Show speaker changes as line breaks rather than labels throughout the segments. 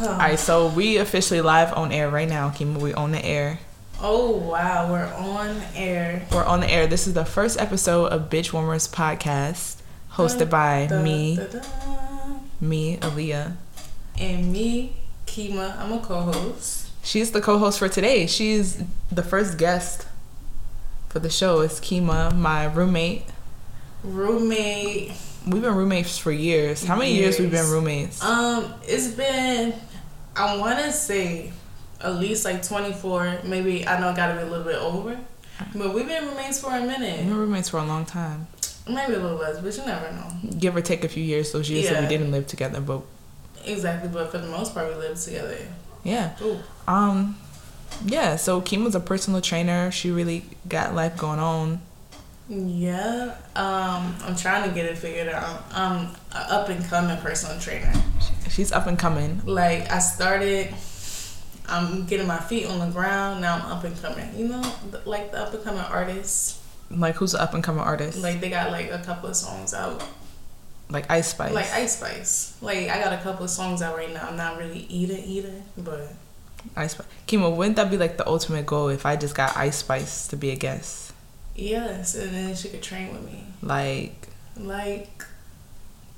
All right, so we officially live on air right now, Kima. We on the air.
Oh wow, we're on air.
We're on the air. This is the first episode of Bitch Warmers podcast, hosted by
Da,
me,
da, da.
me, Aaliyah.
And me, Kima. I'm a co-host.
She's the co-host for today. She's the first guest for the show. It's Kima, my roommate.
Roommate.
We've been roommates for years. How many years, we've been
Years.
roommates?
Um, it's been I wanna say at least like twenty four, maybe I know it gotta be a little bit over. But we've been roommates for a
We've
minute.
been roommates for a long time,
Maybe a little less, but you never know.
give or take a few years. Those years that we
Yeah.
didn't live together, but
Exactly, but for the most part we live together.
yeah.
Ooh.
Um, yeah. So Kima's a personal trainer. She really got life going on.
Yeah, um, I'm trying to get it figured out. I'm an up and coming personal trainer.
She's up and coming.
Like I started, I'm getting my feet on the ground. Now I'm up and coming. You know, th- like the up and coming artists.
Like who's an up and coming artist? Like,
Like they got like a couple of songs out.
Ice Spice.
Like Ice Spice. Like I got a couple of songs out right now. I'm not really either either, but
Ice Spice. Kima, wouldn't that be like the ultimate goal if I just got Ice Spice to be a guest?
yes. And then she could train with me.
Like,
Like.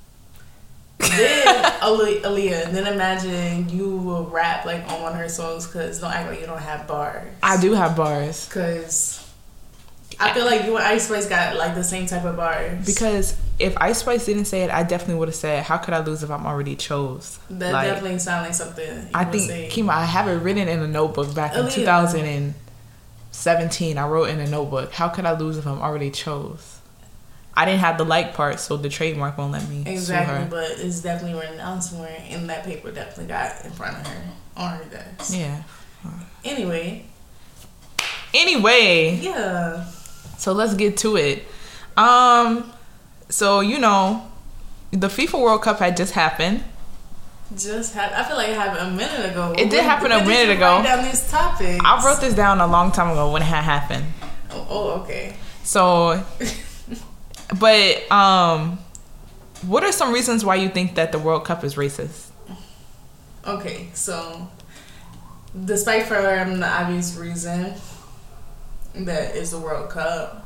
then Ali- Aaliyah, then imagine you will rap like on one of her songs because don't act like you don't have bars.
I do have bars
Because I feel like you and Ice Spice got like the same type of bars.
because if Ice Spice didn't say it, I definitely would have said, "How could I lose if I'm already chose?"
that
like,
definitely sounds like something. you
I
would
think
say.
Kima, I have it written in a notebook back in
Aaliyah.
2017. I wrote in a notebook, "How could I lose if I'm already chose?" I didn't have the like part, so the trademark won't let me
exactly,
sue
but it's definitely written down somewhere, and that paper definitely got in front of her on her desk.
her. Yeah.
Anyway,
Anyway,
yeah,
so let's get to it. Um, so you know, the FIFA World Cup had just happened.
just had. I feel like it happened a minute ago.
It did
When-
happen a
when did
minute
you
ago.
Write down these topics.
I wrote this down a long time ago when it had happened.
Oh, oh, okay.
So, but um, what are some reasons why you think that the World Cup is racist?
Okay, so despite for um, the obvious reason that it's the World Cup,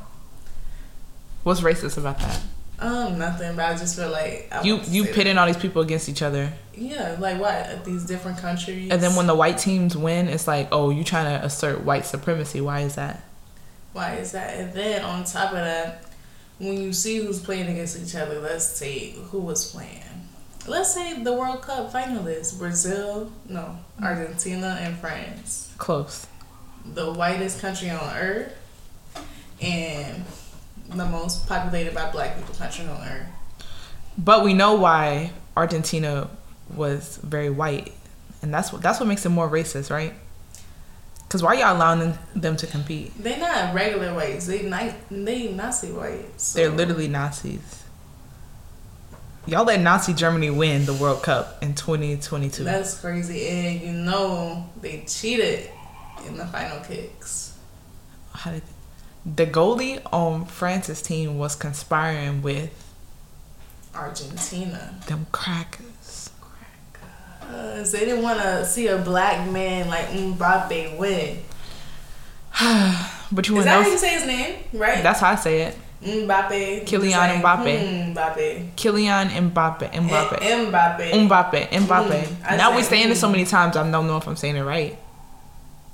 What's racist about that?
Um, nothing. But I just feel like I
You
want to
you
say
pitting all these people against each other,
that. Yeah, like what these different countries.
and then when the white teams win, it's like, oh, you trying to assert white supremacy? Why is that?
why is that? And then on top of that, when you see who's playing against each other, let's say who was playing. Let's say the World Cup finalists: Brazil, no, Argentina, and France.
Close.
The whitest country on earth, and the most populated by black people country on earth.
But we know why Argentina was very white, and that's what that's what makes it more racist, right? Because why y'all allowing them, them to compete?
They not regular whites. They not they Nazi whites. So-
They're literally Nazis. Y'all let Nazi Germany win the World Cup in 2022.
That's crazy, and you know they cheated in the final kicks.
How did, the goalie on France's team was conspiring with
Argentina.
them crackers.
Uh, so they didn't want to see a black man like Mbappe win.
But you
Is
want
that how you
to
say his name? Right?
That's how I say it.
Mbappe.
Kylian
Just
Mbappe.
hmm, Mbappe.
Kylian Mbappe. Mbappe. Um,
Mbappe. Mbappe.
Mbappe, Mbappe.
Mm, I
now we
said
saying it
mm.
so many times, I don't know if I'm saying it right.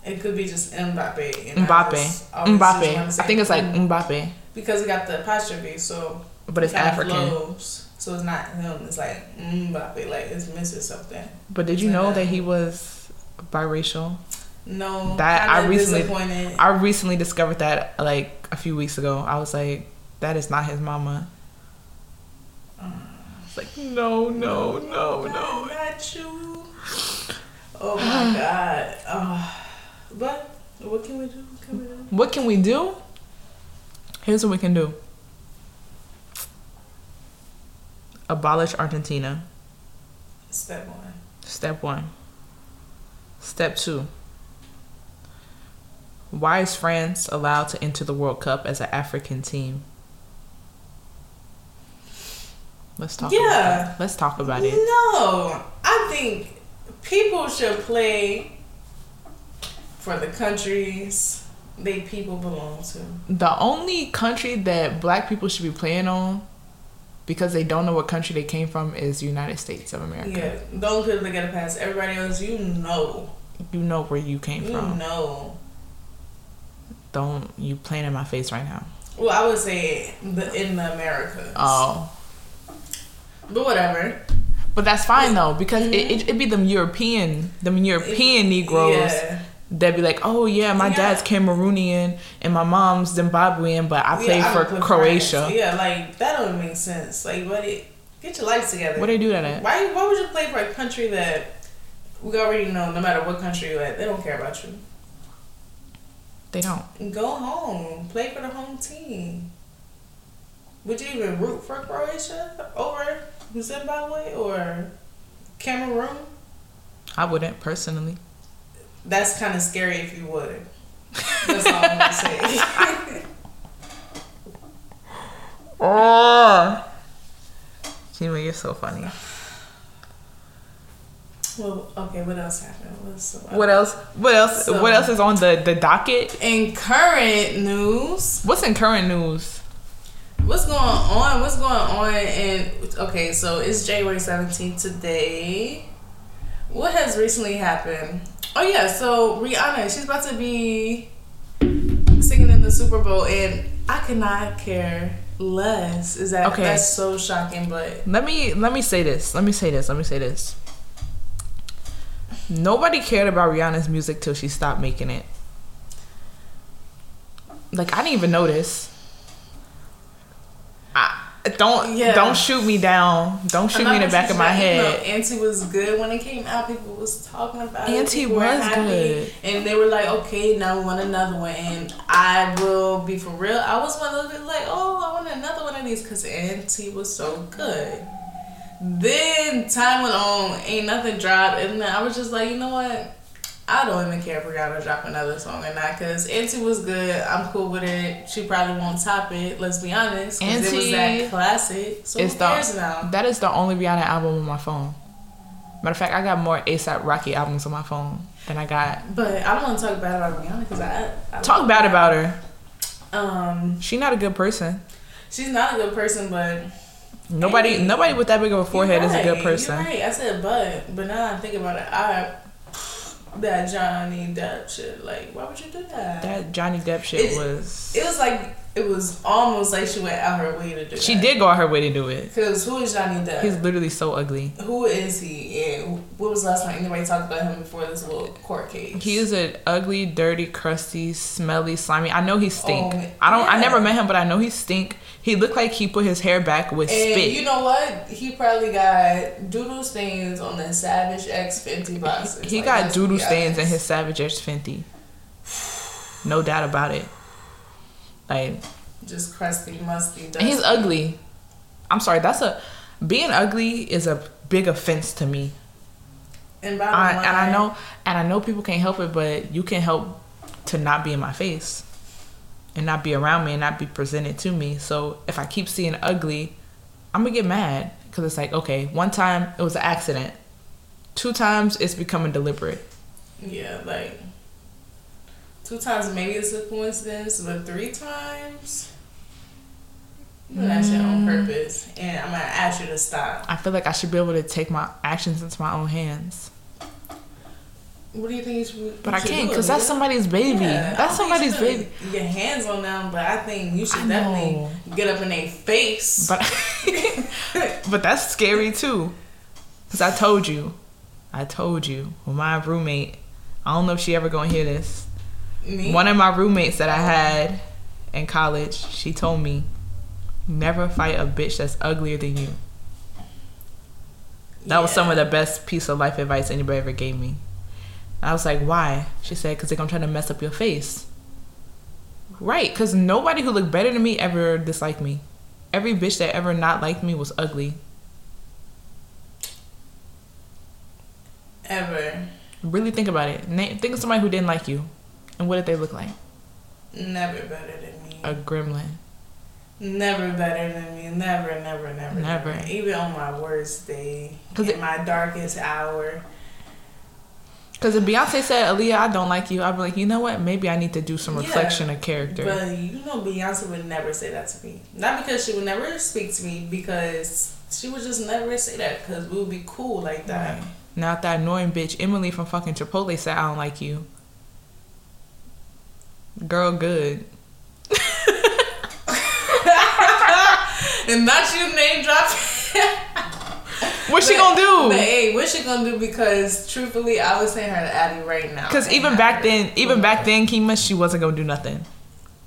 It could be just Mbappe. and I
Mbappe,
just always just
Mbappe.
wanna
I
say
think it's like
hmm,
Mbappe,
because we got the apostrophe, so
but it's
it kinda
African.
flows. So it's not him. It's like Mbappe. Like it's missing something.
But did you know that he was biracial?
No,
That I
kinda
recently-
disappointed.
I recently discovered that like a few weeks ago. I was like, that is not his mama. It's like no, no, no, no.
Not you. Oh my god. Oh. But what can we do? What can we do?
What can we do? Here's what we can do. Abolish Argentina.
Step one.
Step one. Step two. Why is France allowed to enter the World Cup as an African team? Let's talk. About
Yeah.
it. Let's talk about it.
No, I think people should play for the countries they people belong to.
The only country that black people should be playing on because they don't know what country they came from is United States of America.
Yeah, those people that get a pass. Everybody else, you know,
You know where you came
you
from.
know.
Don't you playing in my face right now.
Well, I would say the in the Americas.
Oh.
but whatever.
But that's fine though, because
Mm-hmm.
it, it it'd be them European them European Negroes
Yeah.
that be like, Oh yeah, my
Yeah.
dad's Cameroonian and my mom's Zimbabwean, but I play
Yeah, I
for
would put
Croatia.
France. Yeah, like that don't make sense. Like, what? It, get your life together.
What they do that at?
Why? Why would you play for a country that we already know? No matter what country you're at, they don't care about you.
They don't.
Go home. Play for the home team. Would you even root for Croatia over Zimbabwe or Cameroon?
I wouldn't personally.
That's kind of scary if you would. That's all I'm gonna say. Ah.
Oh. Shima, you're so funny.
well, okay. What else happened? What's
What else? What else?
So-
what else is on the the docket?
In current news,
What's in current news?
What's going on? What's going on? And okay, so it's January 17th today. What has recently happened? Oh, yeah, so Rihanna, she's about to be singing in the Super Bowl, and I could not care less. Is that
Okay.
that's so shocking? But
Let me let me say this. Let me say this. Let me say this. Nobody cared about Rihanna's music till she stopped making it. Like I didn't even notice. I, don't
Yeah.
don't shoot me down. Don't shoot me in the back of my head.
Auntie was good when it came out, people was talking about it.
Auntie
people were
was
happy.
good.
And they were like, okay, now we want another one. And I will be for real. I was one of those people like, oh, I want another one of these because Auntie was so good. Then time went on, ain't nothing dropped. And then I was just like, you know what? I don't even care if Rihanna drop another song or not because Auntie was good. I'm cool with it. She probably won't top it, let's be honest. 'cause it was
Auntie
that classic. So
It's
who cares
the
now?
that is the only Rihanna album on my phone. Matter of fact, I got more ASAP Rocky albums on my phone than I got.
But I don't want to talk bad about Rihanna because I, I
Talk bad about her.
Um,
She not a good person.
she's not a good person, but
Nobody,
Hey.
nobody with that big of a forehead
You're
is a
right,
good person.
You're right. I said but, but now I think about it, I that Johnny Depp shit. Like, why would you do that?
That Johnny Depp shit
It-
was.
it was like it was almost like she went out her way to do.
she did go out her way to do it.
Because who is Johnny Depp?
He's literally so ugly.
who is he? And what was the last time anybody talked about him before this little court case?
He is an ugly, dirty, crusty, smelly, slimy. I know he stink.
Oh,
I don't. I
yeah.
never met him, but I know he stink. He looked like he put his hair back with
And
spit.
you know what? He probably got doodle stains on the Savage X Fenty boxes.
He
Like,
got
let's
doodle
be
stains in
honest.
his Savage X Fenty. No doubt about it. Like
just crusty, musty.
and he's
Dusty.
ugly. I'm sorry. That's a being ugly is a big offense to me.
And bottom
I,
line,
and I know and I know people can't help it, but you can help to not be in my face and not be around me and not be presented to me. So if I keep seeing ugly, I'm gonna get mad because it's like okay, one time it was an accident, two times it's becoming deliberate.
Yeah, like two times maybe it's a coincidence, but three times. You did that shit on purpose, and I'm gonna ask you to stop.
I feel like I should be able to take my actions into my own hands.
What do you think you should?
But
you
I
should
can't
do,
because that's
Aaliyah?
somebody's baby.
Yeah, I
that's
don't think you
somebody's
should
baby.
put Your hands on them, but I think you
I
should definitely
know.
get up in their face.
But but that's scary too. Cause I told you, I told you. When my roommate, I don't know if she ever gonna hear this.
Me?
One of my roommates that I had in college, she told me, never fight a bitch that's uglier than you. That was
Yeah.
some of the best piece of life advice anybody ever gave me. I was like, why? She said, because they're going to try to mess up your face. Right, because nobody who looked better than me ever disliked me. Every bitch that ever not liked me was ugly.
ever,
Really think about it. Name, think of somebody who didn't like you. And what did they look like?
never better than me.
A gremlin.
Never better than me. Never, never, never,
Never.
Even on my worst day,
Cause
in
it-
my darkest hour,
Because if Beyonce said, Aaliyah, I don't like you, I'd be like, you know what? Maybe I need to do some
Yeah,
reflection of character.
But you know, Beyonce would never say that to me. Not because she would never speak to me, because she would just never say that because we would be cool like that.
Not that annoying bitch Emily from fucking Chipotle said, I don't like you. Girl, good.
and not you name dropping.
What's she
But-
gonna do?
But hey, what's she gonna do? Because truthfully, I would send her to Abby right now.
Because even back then, even back then, Kima, she wasn't gonna do nothing,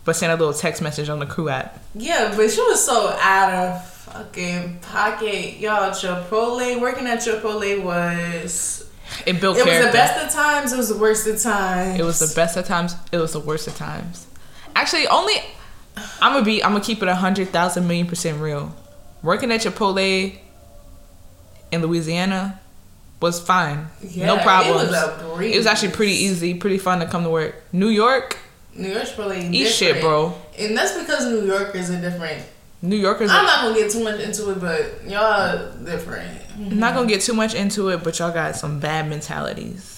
but send a little text message on the crew app.
Yeah, but she was so out of fucking pocket, y'all. Chipotle, working at Chipotle was
It built
it was
character.
the best of times. It was the worst of times.
It was the best of times. It was the worst of times. Actually, only I'm gonna be. I'm gonna keep it a hundred thousand million percent real. Working at Chipotle in Louisiana was fine.
Yeah,
no problems.
It was a breeze.
It was actually pretty easy, pretty fun to come to work. New York,
New York's probably
eat shit,
different.
bro.
And that's because New Yorkers are different.
New Yorkers.
I'm
Are,
not gonna get too much into it, but y'all different.
I'm not gonna get too much into it, but y'all got some bad mentalities.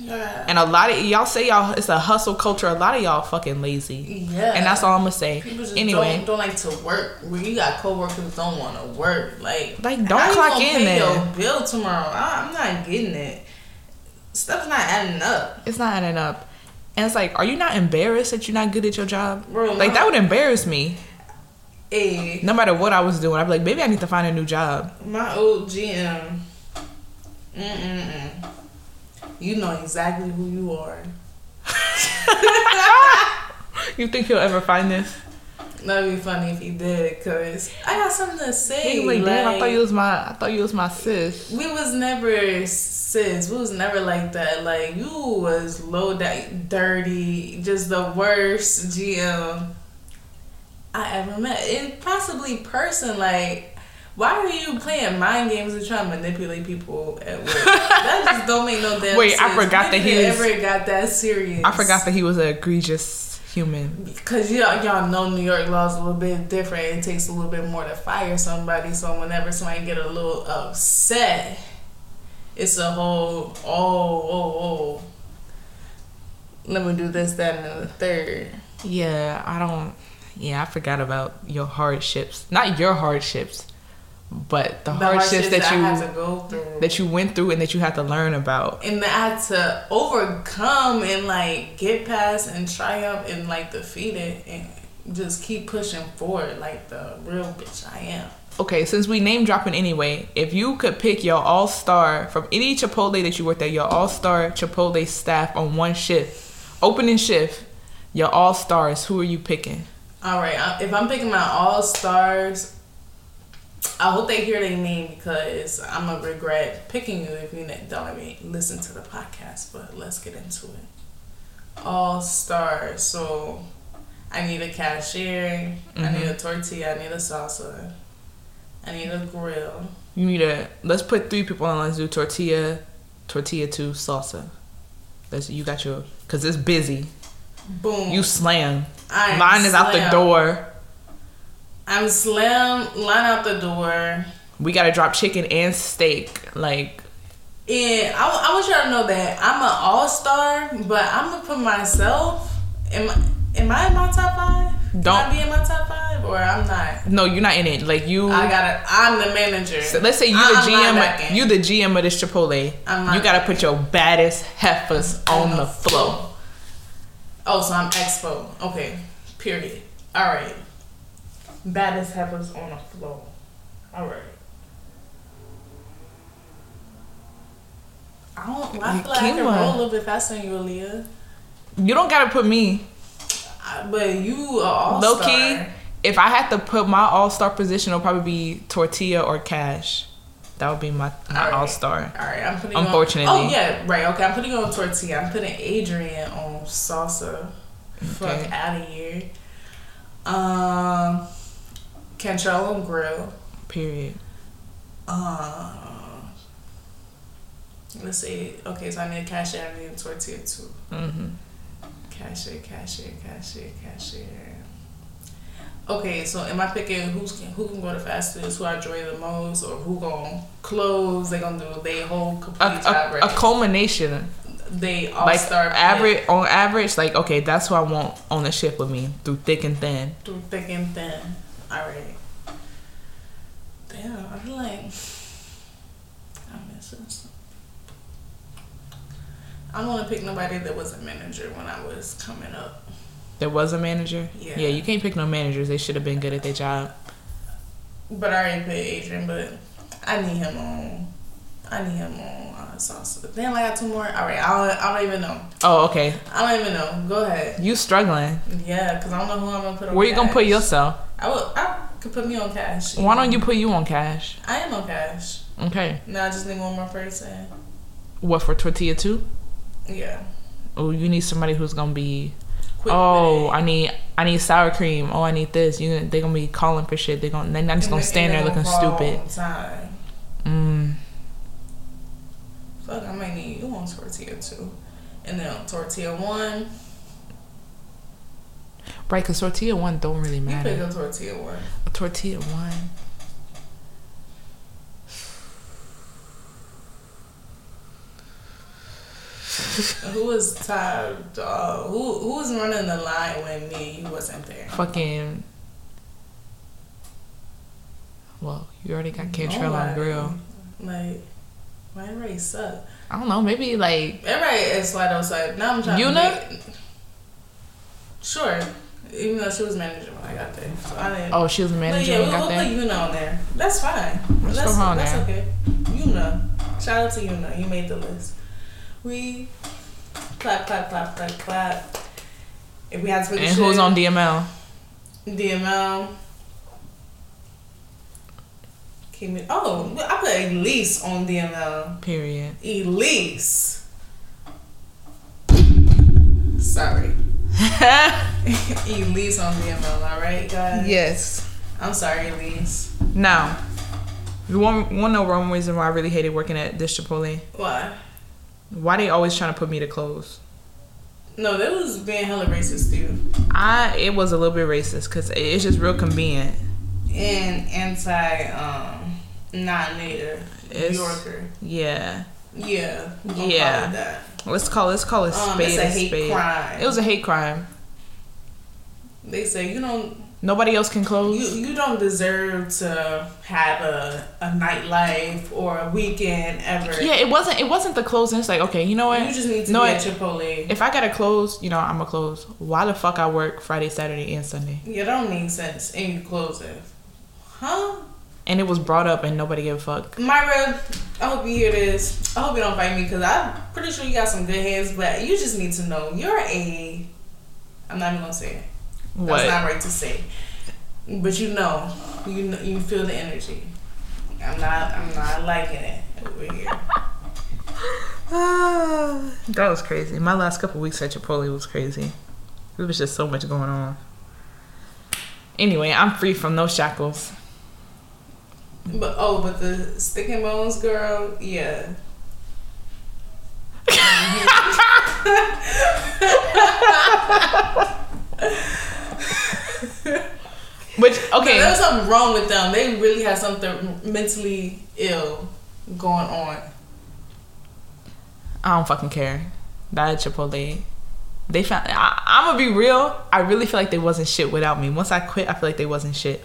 Yeah.
And a lot of y'all say y'all it's a hustle culture. A lot of y'all fucking lazy.
Yeah.
And that's all I'm gonna say.
People just
Anyway,
don't, don't like to work. Where you got coworkers don't want to work. Like,
Like, don't
how you
clock
gonna
in
pay
then.
Your bill tomorrow. I, I'm not getting it. Stuff's not adding up,
it's not adding up. And it's like, are you not embarrassed that you're not good at your job?
bro.
Like that would embarrass me.
Hey,
No matter what I was doing, I'd be like, maybe I need to find a new job.
my old GM. Mm mm mm. You know exactly who you are.
You think he'll ever find this?
That'd be funny if he did, cause I got something to say.
He's like, damn, I thought
like-
you was my, I thought you was my sis.
we was never sis. We was never like that. Like you was low that dirty, just the worst GM I ever met, and possibly person. Like, why are you playing mind games and trying to manipulate people at work? that just don't make no damn.
Wait, I
sense.
forgot that he
Nigga
was-
ever got that serious.
I forgot that he was an egregious human.
Cause y'all, y'all know New York laws a little bit different. It takes a little bit more to fire somebody. So whenever somebody get a little upset, it's a whole oh oh oh. Let me do this, that, and the third.
Yeah, I don't. Yeah, I forgot about your hardships. Not your hardships, but the,
The
hardships, that you
I had to go through,
that you went through and that you had to learn about.
and that I had to overcome and like get past and triumph and like defeat it and just keep pushing forward like the real bitch I am.
Okay, since we name dropping anyway, if you could pick your all star from any Chipotle that you worked at, your all star Chipotle staff on one shift, opening shift, your all stars, who are you picking?
All right, I- if I'm picking my all stars, I hope they hear their name because I'm gonna regret picking you if you don't even listen to the podcast. But let's get into it. All stars. So I need a cashier. I
Mm-hmm.
need a tortilla. I need a salsa. I need a grill.
You need a let's put three people on. Let's do tortilla, tortilla two, salsa. That's you got your because it's busy.
Boom.
You slam.
Mm. I am
Line is out the
slim.
door.
I'm slim. Line out the door.
We gotta drop chicken and steak. Like
And I, I want y'all to know that I'm an all star, but I'm gonna put myself. Am I, am I in my top five? Can
Don't-
I be in my top five, or I'm not?
no, you're not in it. Like you.
I gotta. I'm the manager.
So let's say you
I'm
the GM.
linebacking.
You the GM of this Chipotle.
I'm not
you gotta put your baddest heifers on the floor.
Oh, so I'm expo. Okay. Period. All right. Baddest heifers on the floor. All right. I don't. I feel like I can
Kima.
roll a little bit faster than you, Aaliyah.
You don't gotta put me
I- But you are all
low key. If I had to put my all star position, it'll probably be tortilla or cash. That would be my, my
Alright.
all star.
All right, I'm putting.
Unfortunately.
on, oh yeah, right. Okay, I'm putting on tortilla. I'm putting Adrian on salsa.
Okay.
Fuck out of here. Um, Cantrell on grill.
Period.
Um, let's see. Okay, so I need a cashier. I need a tortilla too.
hmm
Cashier, cashier, cashier, cashier. Okay, so am I picking who's who can go the fastest, who I enjoy the most, or who gonna close? They gonna do their whole
A,
complete job
a, a
right?
culmination
they all
Like
star
average on average, like okay, that's who I want on the ship with me through thick and thin.
through thick and thin. All right. Damn, I feel like I miss this. I'm gonna pick nobody that was a manager when I was coming up.
There was a manager.
Yeah.
you can't pick no managers. They should have been good at their job.
But I already picked Adrian, but I need him on. I need him on uh, salsa. Damn, I got two more. All right, I don't, I don't even know.
Oh, okay.
I don't even know. Go ahead.
You struggling?
Yeah, because I don't know who I'm gonna put on.
Where you gonna put
Cash.
yourself?
I will. I could put me on cash.
Why don't you put you on cash?
I am on cash.
Okay.
Now I just need one more person.
What for tortilla too?
Yeah.
Oh, you need somebody who's gonna be.
Quick
oh,
witted.
I need I need sour cream. Oh, I need this. You they gonna be calling for shit. They gonna they're not just
And
gonna
they-
stand there
and they
looking
gonna call
stupid.
all the Time.
Mm.
Fuck, I might need you on tortilla two, and then on tortilla one,
Right, cause tortilla one don't really
you pick
matter.
up tortilla one.
Tortilla one.
Who was tied? Uh, who who was running the line when me and you wasn't there?
Fucking. Well, you already got Cantrell on
Nobody.
grill.
Like, my everybody suck.
I don't know. Maybe like
Everybody is flat outside. Now I'm trying.
Yuna?
To make, sure, even though she was manager when I got there, so I didn't.
oh she was a manager
but yeah, we
when we got
we'll
there.
put Yuna on there. That's fine.
Let's
that's
throw her on
that's
there.
okay. Yuna. Shout out to Yuna. You made the list. We clap, clap, clap, clap, clap. If we had to pick a
And who's
shit,
on DML?
DML. Came in. Oh, I put Elise on DML.
Period.
Elise. Sorry. Elise on DML, alright, guys?
yes.
I'm sorry, Elise.
Now, you want want to know one reason why I really hated working at this Chipotle?
Why?
Why they always trying to put me to close?
No, that was being hella racist too.
I it was a little bit racist because it's just real convenient.
And anti um not native New
It's-
Yorker.
Yeah,
Yeah. I'm fine with
Yeah.
That.
let's call let's call it
Um,
spade
it's a
a
hate
spade.
crime.
It was a hate crime.
they say you don't
Nobody else can close.
you, you don't deserve to have a, a nightlife or a weekend ever.
yeah, it wasn't it wasn't the closing. It's like okay, you know what?
You just need to
No,
be
it-
at Chipotle.
if I gotta close, you know I'm gonna close. Why the fuck I work Friday, Saturday, and Sunday?
You don't make sense and you close it. Huh?
And it was brought up and nobody gave a fuck.
Myra, I hope you hear this. I hope you don't fight me because I'm pretty sure you got some good hands, but you just need to know you're a. I'm not even gonna say it.
What?
That's not right to say. But you know, you know, you feel the energy. I'm not. I'm not liking it over here.
that was crazy. My last couple weeks at Chipotle was crazy. There was just so much going on. Anyway, I'm free from those shackles.
But oh, but the stick and bones girl, yeah.
Which
Okay.
okay,
There's something wrong with them. They really have something mentally ill going on.
I don't fucking care. That at Chipotle, they found. I, I'm gonna be real. I really feel like they wasn't shit without me. Once I quit, I feel like they wasn't shit.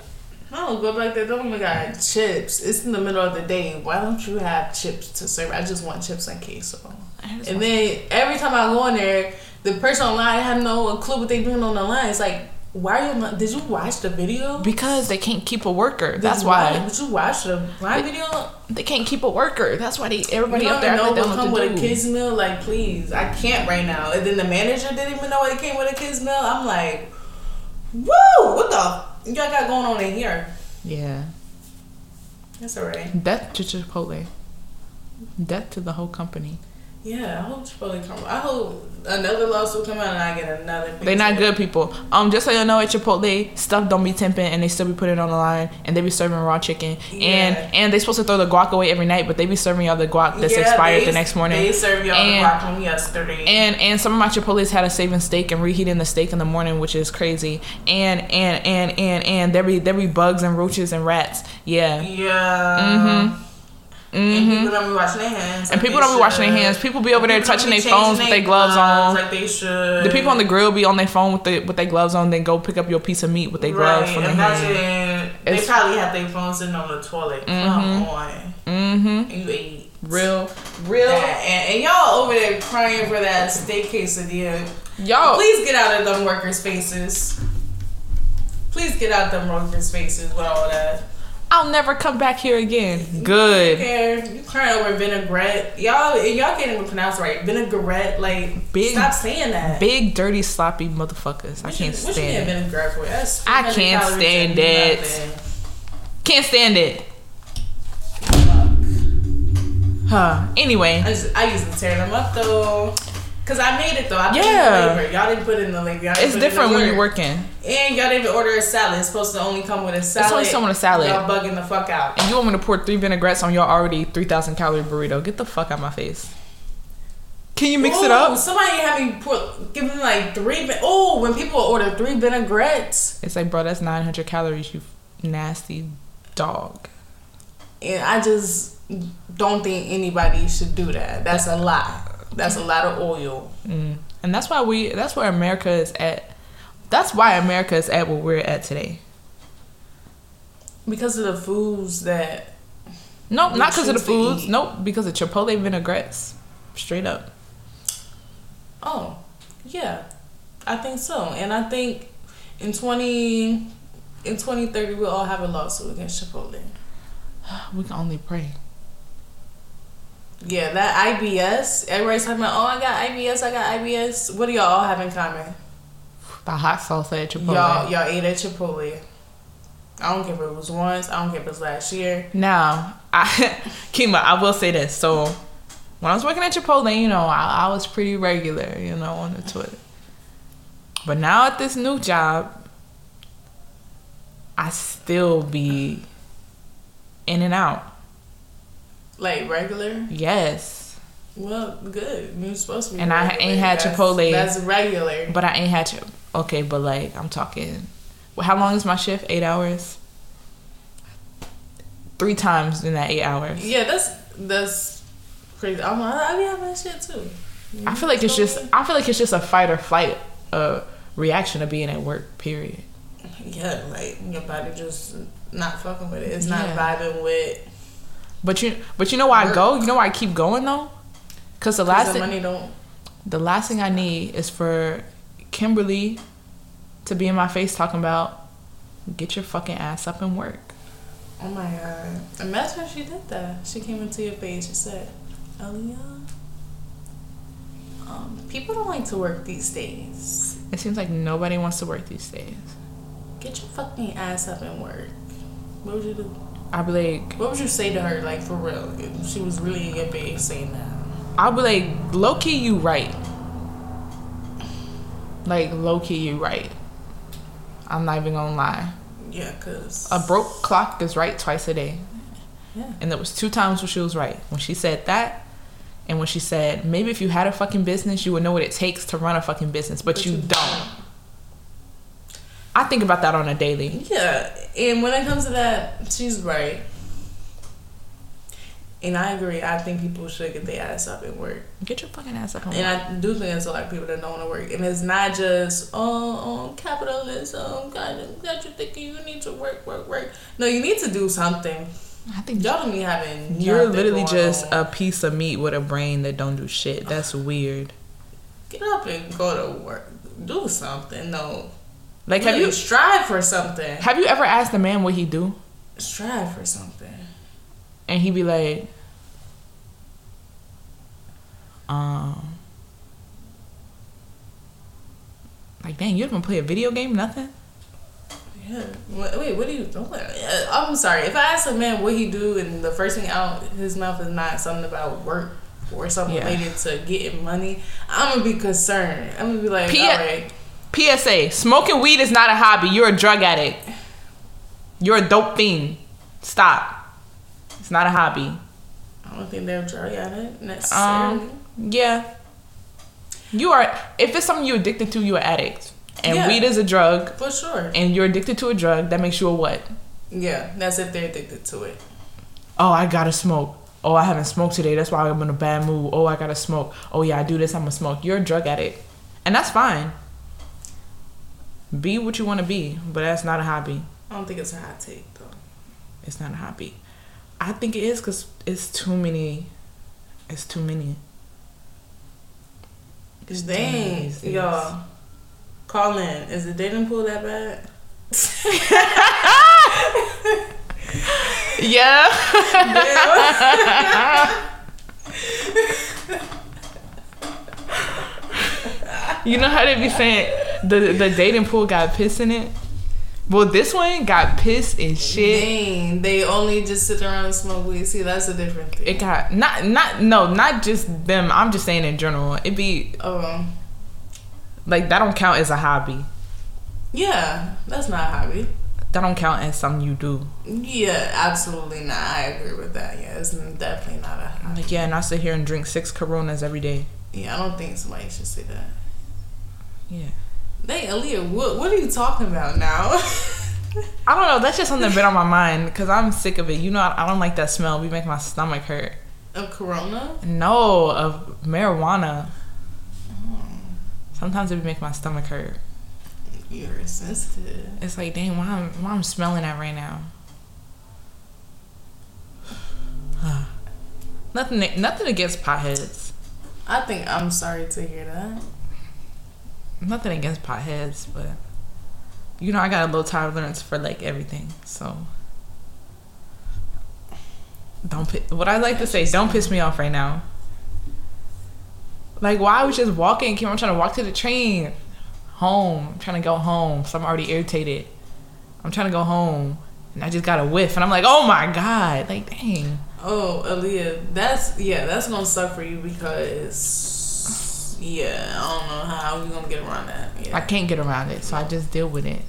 No, go back there. Don't even got chips. It's in the middle of the day. Why don't you have chips to serve? I just want chips and queso. And then every time I go in there, the person online have no clue what they doing on the line. It's like, why are you? Not, did you watch the video?
Because they can't keep a worker.
Did
That's
you
why
watch- Did you watch the line video?
they can't keep a worker. That's why they everybody
you don't
up there
even know
act like they
what
don't
come
know
with
what
a
to do.
kids meal. Like, please, I can't right now. And then the manager didn't even know what it came with a kids meal. I'm like, woo! What the? Y'all got going on in here?
Yeah,
That's alright.
death to Chipotle. Death to the whole company.
Yeah, I hope Chipotle come. I hope another lawsuit come out and I get another.
They not good people. Um, just so you know, at Chipotle, stuff don't be temping, and they still be putting it on the line, and they be serving raw chicken,
Yeah.
and and they supposed to throw the guac away every night, but they be serving y'all the guac that's
Yeah,
expired
they-
the next morning.
They served y'all
And-
the guac from yesterday.
and and some of my Chipotle's had a saving steak and reheating the steak in the morning, which is crazy. And and and and and there be there be bugs and roaches and rats. Yeah,
yeah. And people don't be washing their hands.
Mm-hmm, And
like Mm-hmm.
people
they
don't be washing their
should.
hands. People be over there
People don't
touching
be
their
changing
phones with their gloves on.
Like they should.
The people on the grill be on their phone with the with their gloves on, then go pick up your piece of meat with their gloves
right.
from their
Imagine
hand.
they
It's-
probably had their phones sitting on the toilet. Come on,
Mm-hmm.
and you ate.
Real, real.
That. And, and y'all over there crying for that steak quesadilla.
Yo,
Please get out of them worker spaces. Please get out them worker spaces with all that.
I'll never come back here again. Good.
Care you crying over vinaigrette? Y'all and y'all can't even pronounce it right vinaigrette. Like
Big-
stop saying that.
Big, dirty, sloppy motherfuckers. I
What you, what
can't
you need
stand it.
vinaigrette for? That's
I can't
300 calories
stand
and
it.
nothing.
Can't stand it. Huh. Anyway,
I, just, I used to tear them up though. Cause I made it though. I put
Yeah.
in the labor. Y'all didn't put in the labor. Y'all didn't
it's
put in the
different when you're
work.
working.
And y'all didn't order a salad. It's supposed to only come with a salad.
only come with a salad.
Y'all bugging the fuck out.
And you want me to pour three vinaigrettes on your already 3,000 calorie burrito? Get the fuck out my face. Can you mix it
Ooh,
up?
Somebody had me put, give them like three. vi- Oh, when people order three vinaigrettes,
It's like, bro, that's 900 calories, you nasty dog.
and I just don't think anybody should do that. That's a lot. That's a lot of oil.
Mm. And that's why we, that's where America is at. That's why America is at where we're at today.
Because of the foods that
Nope,
We
not because of the
choose to
foods.
eat.
Nope, because of Chipotle vinaigrettes. Straight up.
Oh, yeah, I think so. And I think in twenty in twenty thirty we'll all have a lawsuit against Chipotle.
We can only pray.
Yeah, that IBS. Everybody's talking about, oh, I got IBS, I got IBS. What do y'all all have in common?
The hot sauce at Chipotle.
Y'all, y'all ate at Chipotle. I don't care if it was once. I don't care if it was last year.
Now, I, Kima, I will say this. So, when I was working at Chipotle, you know, I, I was pretty regular, you know, on the toilet. But now at this new job, I still be in and out.
Like regular.
Yes,
Well, good. You're supposed to be.
And I
regular.
ain't had
That's-
Chipotle.
That's regular.
but I ain't had to. Okay, but like I'm talking. Well, how long is my shift? Eight hours. Three times in that eight hours.
Yeah, that's that's crazy. I'm, I, I be having that shit too.
I feel like it's just. I feel like it's just a fight or flight uh, reaction to being at work. Period.
Yeah, like your body just not fucking with it. It's not
Yeah.
vibing with.
But you, but you know why I
Work.
go? You know why I keep going though? Cause the last
Cause the
thing,
money don't.
the last thing I need is for Kimberly to be in my face talking about get your fucking ass up and work.
Oh my god! Imagine if she did that. She came into your face. She said, "Aaliyah, um, people don't like to work these days.
It seems like nobody wants to work these days.
Get your fucking ass up and work." What would you do?
I'll be like,
What would you say to her, like for real? If she was really in your face saying that.
I'll be like, low key, you right. Like low key, you right. I'm not even gonna lie.
Yeah, cause
A broke clock is right twice a day.
Yeah.
And there was two times when she was right. When she said that and when she said, maybe if you had a fucking business, you would know what it takes to run a fucking business, but,
But
you,
you
don't. I think about that on a daily.
Yeah, and when it comes to that, she's right. And I agree. I think people should get their ass up and work.
Get your fucking ass up.
And
And
I do think there's a lot of people that don't want to work. And it's not just oh, oh capitalism. God, that you thinking you need to work, work, work. No, you need to do something.
I think
Y'all don't be having.
you're
nothing
literally
going
just
on.
a piece of meat with a brain that don't do shit. That's weird.
get up and go to work. Do something. No,
Like have you
strive for something?
have you ever asked a man what he do?
Strive for something.
and he be like, um, like, dang, you don't even play a video game, nothing.
Yeah. Wha- Wait, what do you doing? Uh, I'm sorry. If I ask a man what he do, and the first thing out his mouth is not something about work or something
Yeah.
related to getting money, I'm gonna be concerned. I'm gonna be like,
P-
all right,
PSA: Smoking weed is not a hobby. You're a drug addict. You're a dope fiend. Stop. It's not a hobby.
I don't think they're drug addict necessarily.
Um, yeah. You are. If it's something you're addicted to, you're an addict. And
Yeah.
weed is a drug,
for sure.
and you're addicted to a drug. That makes you a what?
Yeah, that's if they're addicted to it.
Oh, I gotta smoke. oh, I haven't smoked today. That's why I'm in a bad mood. Oh, I gotta smoke. Oh yeah, I do this. I'm gonna smoke. You're a drug addict, and that's fine. Be what you want to be, but that's not a hobby.
I don't think it's a hot take though.
It's not a hobby. I think it is because it's too many. It's too many.
It's
too many of
Dang,
these things.
y'all. Call in. Is the dating pool that bad?
Yeah. you know how they be saying the the dating pool got piss in it. Well, this one got piss and shit.
Dang, they only just sit around and smoke weed. See, that's a different thing.
It got not not no not just them. I'm just saying in general. It be
um,
like that don't count as a hobby.
yeah, that's not a hobby.
That don't count as something you do.
Yeah, absolutely not. I agree with that. Yeah, it's definitely not a
I'm
hobby.
like yeah, and I sit here and drink six Coronas every day.
Yeah, I don't think somebody should say that.
Yeah.
They, Aaliyah, what, what are you talking about now?
I don't know. That's just something that been on my mind because I'm sick of it. You know, I, I don't like that smell. We make my stomach hurt.
of Corona?
No, of marijuana.
Hmm,
Sometimes it would make my stomach hurt.
You're sensitive.
It's like, dang, why I'm, why I'm smelling that right now? nothing, nothing against potheads.
I think I'm sorry to hear that.
Nothing against potheads, but you know, I got a low tolerance for like everything. So don't pi- what I like to say, don't piss me off right now. Like why I was just walking, Kim, I'm trying to walk to the train home. I'm trying to go home. So I'm already irritated. I'm trying to go home. And I just got a whiff and I'm like, oh my God. Like dang.
Oh, Aaliyah, that's yeah, that's gonna suck for you because yeah, I don't know how you gonna get around that.
I
Yeah,
can't get around it. So I just deal with it.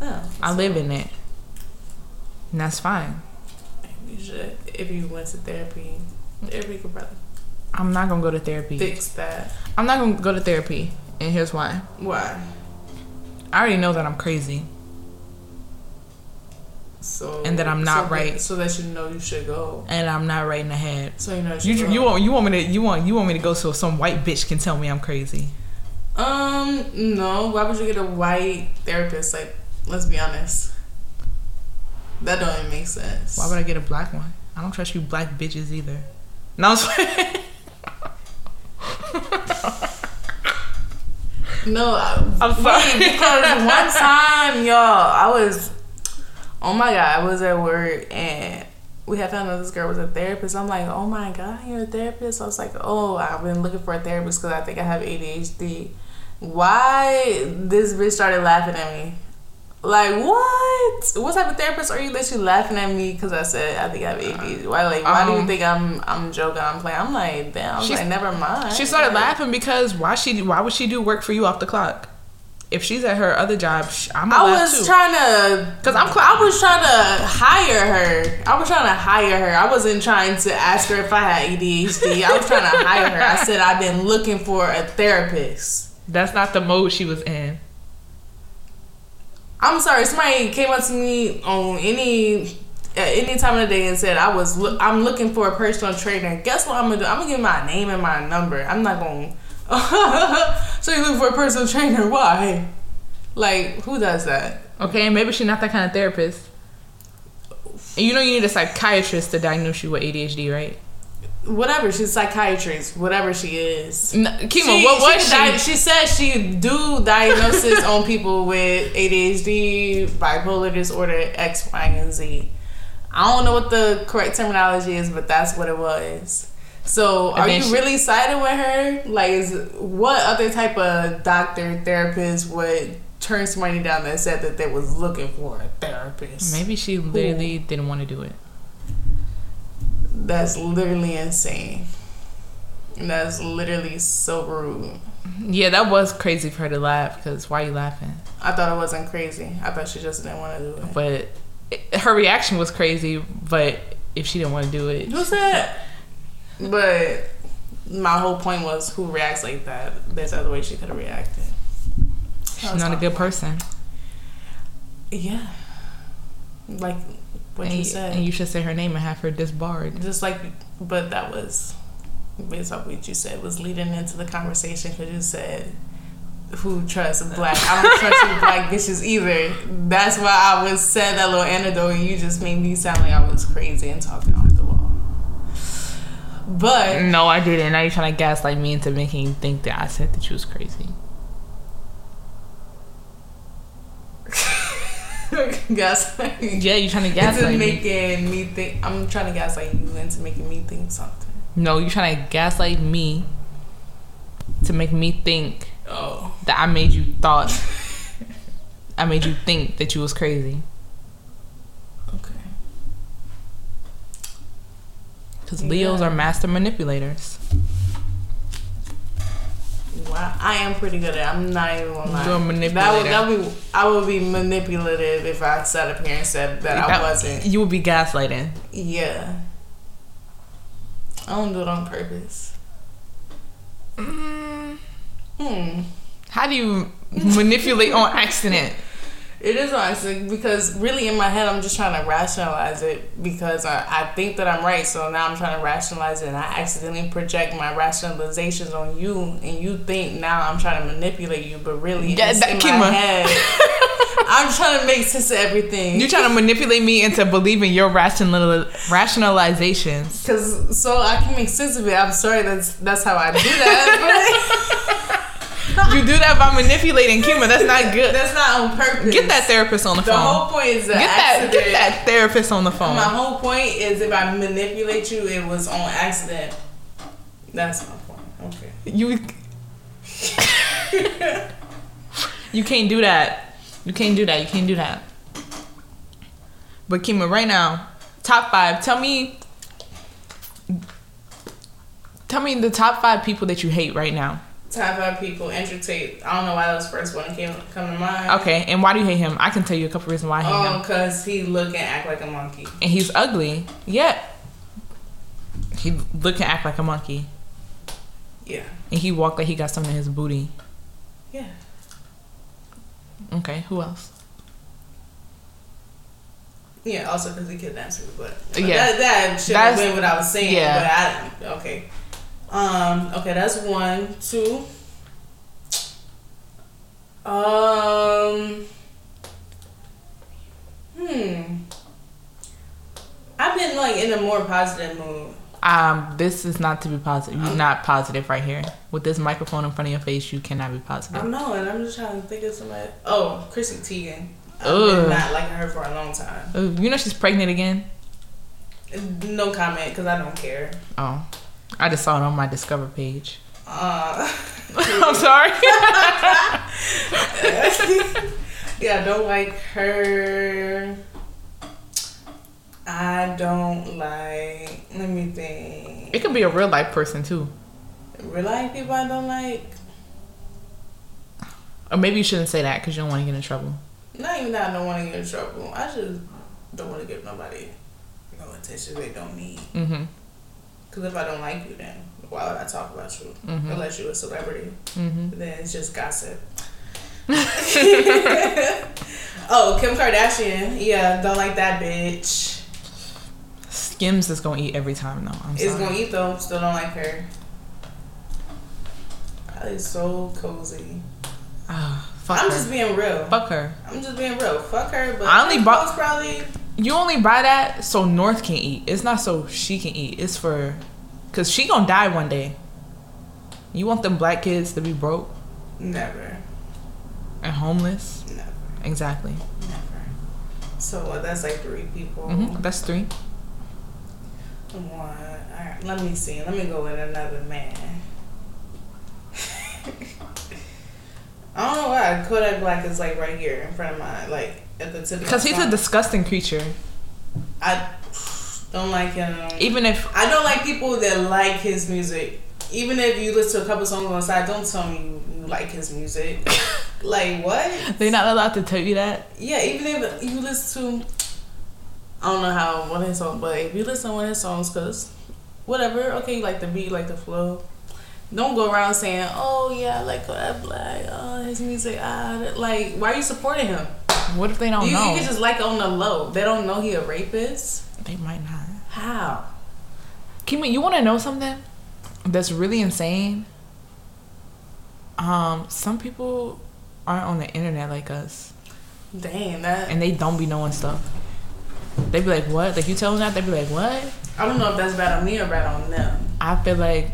Oh,
I live in it. And that's fine.
you should if you went to therapy, therapy could probably
I'm not gonna go to therapy.
fix that.
I'm not gonna go to therapy, and here's why.
Why?
I already know that I'm crazy.
So
And that I'm not
so
right.
so that you know you should go.
and I'm not right in the head.
So you know you
You
should go.
you want you want me to you want you want me to go so some white bitch can tell me I'm crazy.
um no. Why would you get a white therapist? Like, let's be honest, that don't even make sense.
Why would I get a black one? I don't trust you black bitches either. No, I'm sorry.
No, I,
I'm sorry.
wait, because one time, y'all, I was, oh my god, I was at work and we had found out this girl was a therapist. I'm like, oh my god, you're a therapist. I was like, oh, I've been looking for a therapist because I think I have ADHD. Why this bitch started laughing at me? Like what? What type of therapist are you that you laughing at me because I said I think I have ADHD? Why like why do
Um,
you think I'm I'm joking? I'm playing. I'm like damn. I'm
She's-
like never mind.
she started laughing because why she why would she do work for you off the clock? If she's at her other job, sh- I'm
I
gonna laugh
was
too.
trying to, cause I'm, cl- I was trying to hire her. I was trying to hire her. I wasn't trying to ask her if I had ADHD. I was trying to hire her. I said I've been looking for a therapist.
That's not the mode she was in.
I'm sorry, somebody came up to me on any at any time of the day and said I was loo- I'm looking for a personal trainer. Guess what I'm gonna do? I'm gonna give my name and my number. I'm not gonna. so you looking for a personal trainer? Why? Like who does that?
Okay, and maybe she's not that kind of therapist. And you know you need a psychiatrist to diagnose you with ADHD, right?
whatever she's a psychiatrist whatever she is
No, Kima, what was she?
di- she says she do diagnosis on people with adhd bipolar disorder x y and z i don't know what the correct terminology is but that's what it was so
And
are
then
you
she-
really siding with her like is, what other type of doctor therapist would turn somebody down that said that they was looking for a therapist
Maybe she literally didn't want to do it.
that's literally insane And that's literally so rude
Yeah, that was crazy for her to laugh because why you laughing?
I thought it wasn't crazy. I thought she just didn't want to do it.
But it, her reaction was crazy. But if she didn't want to do it,
Who said? But my whole point was who reacts like that. There's other ways she could have reacted.
she's not a good person.
Yeah. Like what
and
you
you,
said.
and you should say her name and have her disbarred.
just like, but that was based off what you said was leading into the conversation because you said, "Who trusts black? I don't trust you black bitches either." That's why I was said that little anecdote, and you just made me sound like I was crazy and talking off the wall. But
No, I didn't. Now you're trying to gaslight me into making you think that I said that you was crazy.
gaslight.
Yeah, you're trying to gaslight
into
me.
making me think. I'm trying to gaslight you into making me think something.
No, you're trying to gaslight me to make me think
Oh.
that I made you thought I made you think that you was crazy.
Okay.
Because Leos
Yeah.
are master manipulators.
Wow, I am pretty good at. it. I'm not even gonna lie.
You're
That
a
would,
manipulator.
that would be, I would be manipulative if I sat up here and said that, I
That-
wasn't.
You would be gaslighting.
Yeah. I don't do it on purpose. Hmm.
How do you manipulate on accident?
It is honestly because really in my head I'm just trying to rationalize it because I, I think that I'm right so now I'm trying to rationalize it and I accidentally project my rationalizations on you and you think now I'm trying to manipulate you but really
Yeah,
it's
that
in my
Kima.
head I'm trying to make sense of everything
You're trying to manipulate me into believing your rational rationalizations.
Cause so I can make sense of it. I'm sorry that's that's how I do that.
You do that by manipulating Kima. That's not
But
good.
that's not on purpose.
Get that therapist on the
The whole
phone.
point is
Get that get that therapist on the
My
phone.
whole point is if I manipulate you, it was on accident. That's my point. Okay.
You You can't do that. You can't do that. You can't do that. But Kima, right now, top five. Tell me Tell me the top five people that you hate right now.
Top five people entertain. I don't know why that was the first one that came come to mind.
Okay, and why do you hate him? I can tell you a couple reasons why I hate him.
Um, cause he look and act like a monkey.
and he's ugly. Yet he look and act like a monkey,
Yeah.
and he walked like he got something in his booty.
Yeah.
Okay, who else?
Yeah. Also because he kidnaps me, but but
Yeah.
that, that should have
That's-
been what I was saying.
yeah.
But I okay. Um. Okay. That's one. Two. Um. Hmm. I've been like in a more positive mood.
Um, this is not to be positive. You're not positive right here. With this microphone in front of your face, you cannot be
I
positive.
don't know, and I'm just trying to think of somebody. Oh, Chrissy Teigen. I've
Ugh.
been not liking her for a long time.
Oh, you know she's pregnant again.
No comment because I don't care.
Oh, I just saw it on my Discover page.
Uh,
I'm sorry.
yeah, I don't like her. I don't like. Let me think.
It could be a real life person too,
Real life people I don't like.
or maybe you shouldn't say that because you don't want to get in trouble.
Not even that I don't want to get in trouble. I just don't want to give nobody no attention they don't need.
Mm-hmm.
Because if I don't like you, then why would I talk about you?
Mhm.
Unless you're a celebrity.
Mm-hmm.
Then it's just gossip. oh, Kim Kardashian. Yeah, don't like that bitch.
Skims is gonna eat every time though. I'm sorry.
It's gonna eat though. Still don't like her. That is so cozy.
Ah, fuck
I'm
her.
just being real.
fuck her.
I'm just being real. Fuck her. But
I only bought-
Kim's probably.
you only buy that so North can eat. It's not so she can eat. It's for, cause she gonna die one day. You want them black kids to be broke
Never.
and homeless?
Never.
Exactly.
Never. So uh, that's like three people.
hmm That's three.
One. All right. Let me see. Let me go with another man. I don't know why Kodak Black is like right here in front of my like at the tip. of my
Cause he's a
tongue.
disgusting creature.
I don't like him.
Even if
I don't like people that like his music. Even if you listen to a couple songs on the side, don't tell me you, you like his music. like what?
they're not allowed to tell you that,
Yeah, even if you listen to, I don't know how one of his songs, but if you listen to one of his songs, cause whatever, okay, you like the beat, you like the flow. Don't go around uh, saying, "Oh yeah, I like Kodak Black, oh his music." Ah, that-" like, why are you supporting him?
What if they don't
you,
know?
you can just like on the low. They don't know he a rapist.
they might not.
How?
Kimmy, you want to know something that's really insane? Um, some people aren't on the internet like us,
Damn that.
and they don't be knowing stuff. They be like, "What?" Like you tell them that, they be like, "What?"
I don't know if that's bad on me or bad on them.
I feel like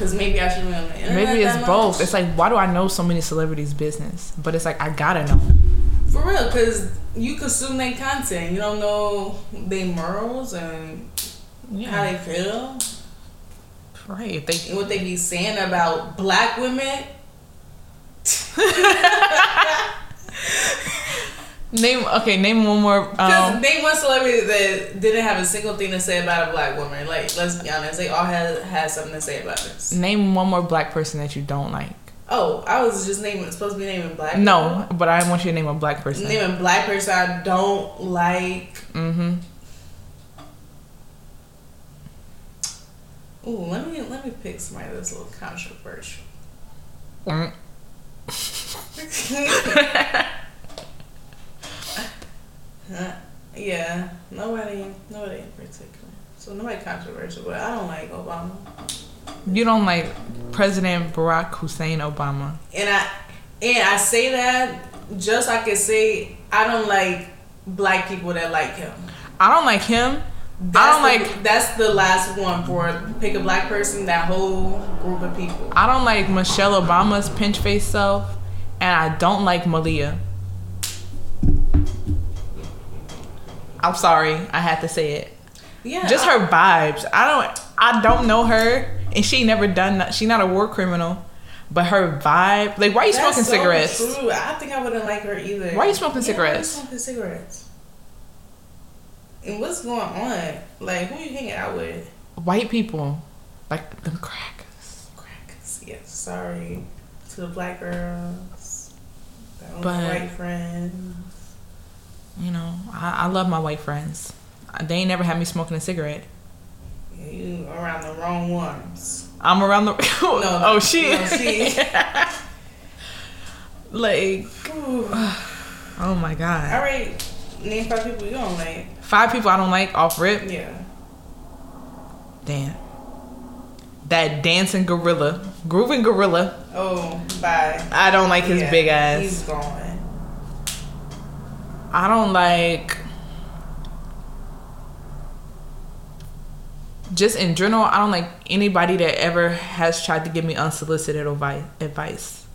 Cause maybe I should be on the internet.
maybe it's
that
both.
much.
It's like, why do I know so many celebrities' business? But it's like I gotta know.
For real, cause you consume their content. You don't know their morals and how they feel
right. If they
and what they be saying about black women.
name, okay, name one more.
Cause
Um,
they one celebrity that didn't have a single thing to say about a black woman. Like, let's be honest, they all had had something to say about this.
name one more black person that you don't like.
Oh, I was just naming supposed to be naming black.
No, but I want you to name a black person.
people. naming black person I don't like.
mm-hmm.
Ooh, let me let me pick somebody that's a little controversial.
Mm.
Huh? yeah, nobody, nobody in particular. So nobody controversial, but I don't like Obama,
You don't like President Barack Hussein Obama.
and I and I say that just I can say I don't like black people that like him.
I don't like him.
That's
I don't
the-
like
That's the last one for pick a black person. That whole group of people.
I don't like Michelle Obama's pinch face self, and I don't like Malia. I'm sorry, I had to say it.
Yeah,
Just
I-
her vibes. I don't I don't know her, and she never done. That. She not a war criminal, but her vibe. Like, why you
that's
smoking
so
cigarettes?
True. I think I wouldn't like her either.
Why you smoking
Yeah,
cigarettes?
Why you smoking cigarettes? And what's going on? Like, who you hanging out with?
White people, like them crackers.
Crackers. Yes. Sorry to the black girls. That was
But-
white friend.
You know, I, I love my white friends. They ain't never had me smoking a cigarette.
You around the wrong ones.
I'm around the. oh shit!
no, she-
like,
Whew.
oh my god.
All right. Name five people you don't like.
Five people I don't like off rip.
Yeah.
Damn. That dancing gorilla, grooving gorilla.
Oh, bye.
I don't like his
Yeah,
big ass.
He's gone.
I don't like. Just in general, I don't like anybody that ever has tried to give me unsolicited advi- advice.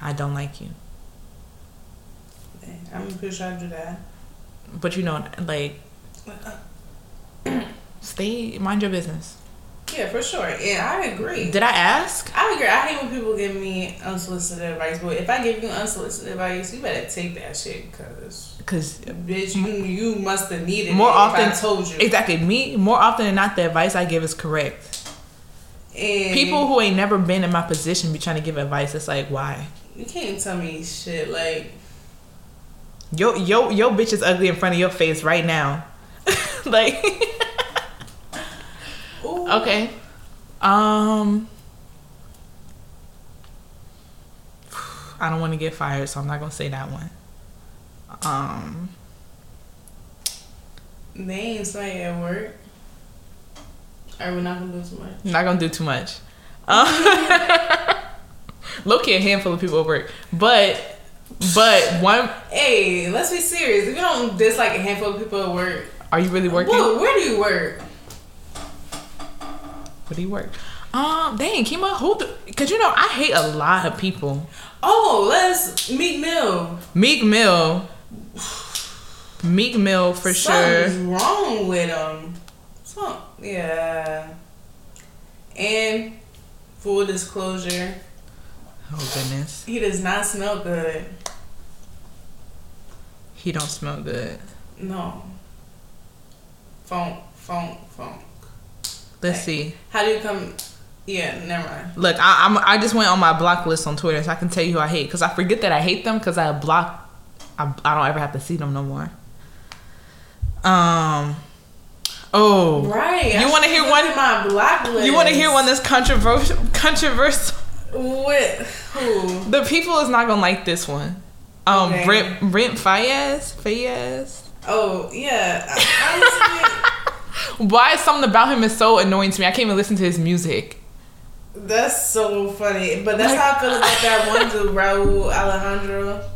I don't like you.
I'm pretty sure I do that.
But you know, like, stay, mind your business.
Yeah, for sure. Yeah, I agree.
Did I ask?
I agree. I hate when people give me unsolicited advice, but if I give you unsolicited advice, you better take that shit because
Because
bitch, you you must have needed
More
it
often-
If I told you
exactly me, more often than not, the advice I give is correct.
And
People who ain't never been in my position be trying to give advice. It's like, why?
you can't tell me shit like
Yo, yo, yo, bitch is ugly in front of your face right now. like,
ooh,
okay. Um, I don't want to get fired, so I'm not gonna say that one. Um,
they ain't somebody at work. Or we're not gonna do too much.
Not gonna do too much. Uh, low key, a handful of people at work, but but one.
Hey, let's be serious. If you don't dislike a handful of people at work,
Are you really working?
Whoa, where do you work?
Where do you work? Um, dang, Kima, who? the- Cause you know I hate a lot of people.
Oh, let's meet Mill.
Meek Mill. Meek Mill for
Something's
sure.
wrong with him. Some, yeah. And full disclosure,
Oh goodness,
he does not smell good.
he don't smell good.
No. Funk, funk, funk.
Let's see.
How do you come? Yeah, never mind.
Look, I, I'm I just went on my block list on Twitter, so I can tell you who I hate. Cause I forget that I hate them. Cause I block. I, I don't ever have to see them no more. Um. Oh.
Right.
You
I
wanna
should
hear
look
one-
at My block list.
You want to hear one that's controversial? Controversial.
With who?
The people is not gonna like this one. Um,
Okay.
Brent Brent Fayez Fayez.
Oh yeah, honestly,
Why something about him is so annoying to me? I can't even listen to his music.
that's so funny. But that's how I feel about that one dude, Raul Alejandro.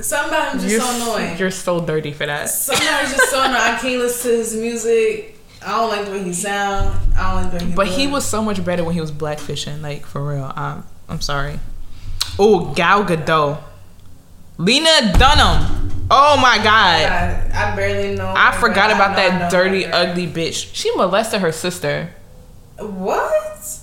Something about him just so
s-
annoying.
You're so dirty for that.
Sometimes just so annoying. I can't listen to his music. I don't like the way he sound. I don't like the way he.
But he
look.
was so much better when he was blackfishing, like for real. Um, I'm sorry. Oh, Gal Gadot, Lena Dunham. Oh my God,
I, I barely know.
I
her, but
forgot
I
about
know I
that
know
dirty,
her.
ugly bitch. She molested her sister.
What?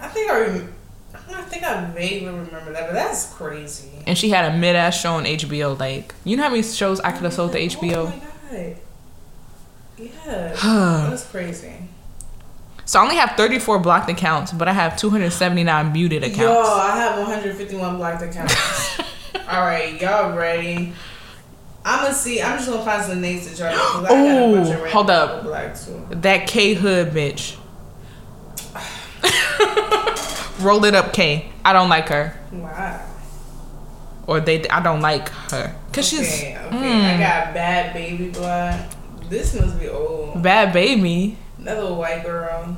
I think I. Rem- I think I vaguely remember that, but that's crazy.
and she had a mid ass show on HBO. Like, you know how many shows I could have sold to
Oh
HBO?
my god. Yeah, that's crazy.
So I only have 34 blocked accounts, but I have 279 muted accounts.
Yo, I have 151 blocked accounts. All right, y'all ready? I'm gonna see. I'm just gonna find some names to try.
Ooh, hold up.
Black too.
That K Hood bitch. Roll it up, K. I don't like her.
Wow.
Or they, I don't like her. Cause
Okay, okay.
she's Hmm. Mm,
I got bad baby blood. This must be old.
bad baby.
That little white girl.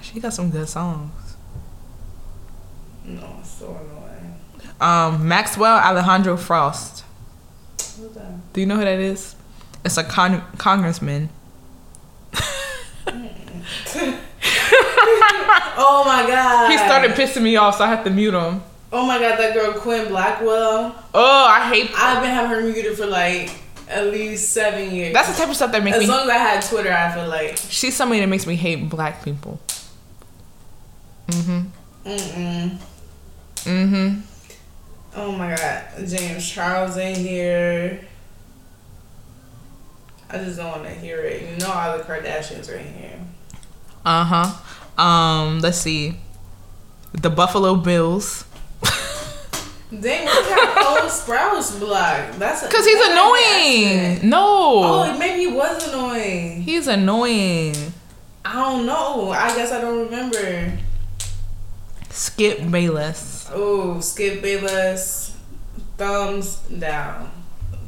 She got some good songs.
No, so annoying.
Um, Maxwell Alejandro Frost.
What the?
Do you know who that is? It's a con- congressman.
Oh my god.
He started pissing me off, so I have to mute him.
Oh my god, that girl Quinn Blackwell.
Oh, I hate
I've been having her muted for like at least seven years.
That's the type of stuff that makes
as
me.
long as I had Twitter, I feel like
she's somebody that makes me hate black people. Mhm.
mm-mm.
Mhm.
Oh my god, James Charles in here. I just don't want to hear it. You know all the Kardashians are in here.
Uh huh. Um. Let's see. The Buffalo Bills.
Dang, look how old Sprouse block. That's
Cause he's
that's an accident.
annoying. No.
Oh, maybe he was annoying.
He's annoying.
I don't know. I guess I don't remember.
Skip Bayless.
Oh, Skip Bayless, thumbs down,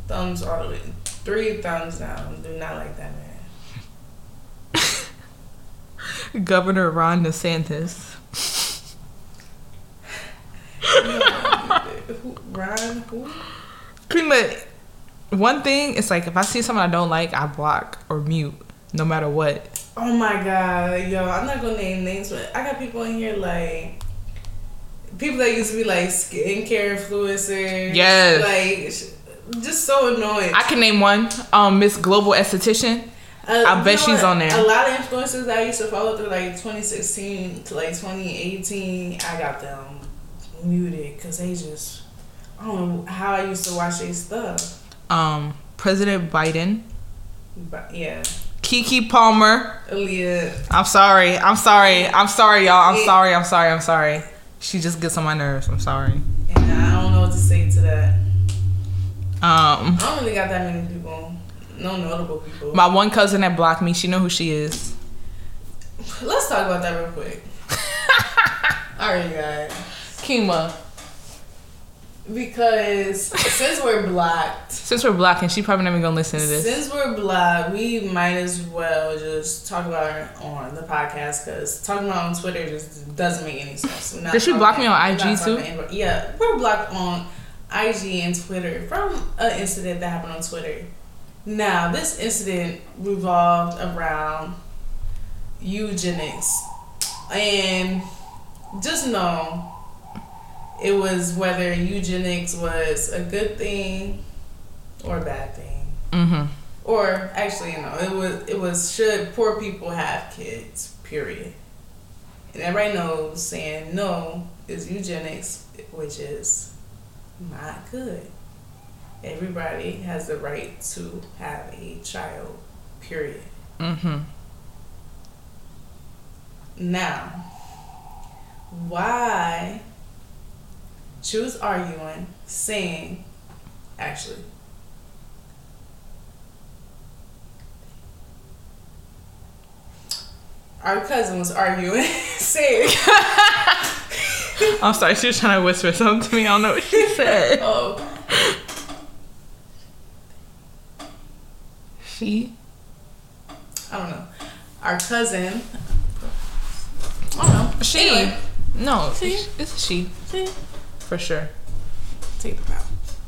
thumbs all the way, three thumbs down. Do not like that man.
Governor Ron DeSantis.
Who, Ron, who?
Pretty much. One thing it's like if I see someone I don't like, I block or mute, no matter what.
Oh my god, yo, I'm not gonna name names, but I got people in here like people that used to be like skincare influencers.
Yes.
like sh- just so annoying.
I can name one. Um, Miss Global Esthetician.
Uh,
I
you
bet
know
she's
what?
on there.
A lot of influencers that I used to follow through like 2016 to like 2018, I got them muted because they just, I don't know how I used to watch their stuff.
Um, President Biden.
But yeah,
Kiki Palmer.
Aaliyah,
I'm sorry. I'm sorry. I'm sorry, y'all. I'm
It-
sorry. I'm sorry. I'm sorry. She just gets on my nerves. I'm sorry.
and I don't know what to say to that. I
Um,
don't really got that many people, no notable people.
my one cousin that blocked me, she know who she is.
Let's talk about that real quick. All right, guys.
Kima.
Because since we're blocked,
Since we're blocking, she probably never gonna listen to this.
Since we're black, we might as well just talk about it on the podcast because talking about it on Twitter just doesn't make any sense. We're not
Did she block
talking-
me on
we're not
IG
talking
too?
about- Yeah, we're blocked on IG and Twitter from an incident that happened on Twitter. Now, this incident revolved around eugenics. And just know it was whether eugenics was a good thing or a bad thing
Mm-hmm.
or actually no it was it was should poor people have kids period and everybody knows saying no is eugenics which is not good everybody has the right to have a child period
Mm-hmm.
now why she was arguing saying actually our cousin was arguing saying
I'm sorry, she was trying to whisper something to me. I don't know what she said.
Oh,
She?
I don't know. Our cousin. I don't know.
She.
Anyway,
No,
She?
it's- it's a she,
see?
for sure.
Take the power.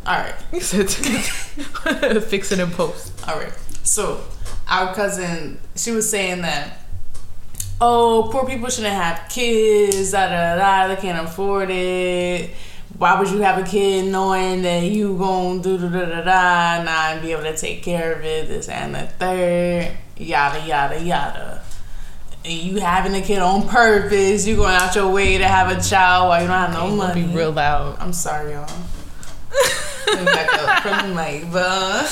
All right.
You said fix it in post.
All right. So, our cousin, she was saying that, oh, poor people shouldn't have kids. Da da da. They can't afford it. Why would you have a kid knowing that you gonna do da da da da nah, and be able to take care of it? This and the third. Yada yada yada. And you having a kid on purpose. You going out your way to have a child while you don't have no
I'm gonna
money.
be real loud.
I'm sorry, y'all. Let me back up from the mic, but uh,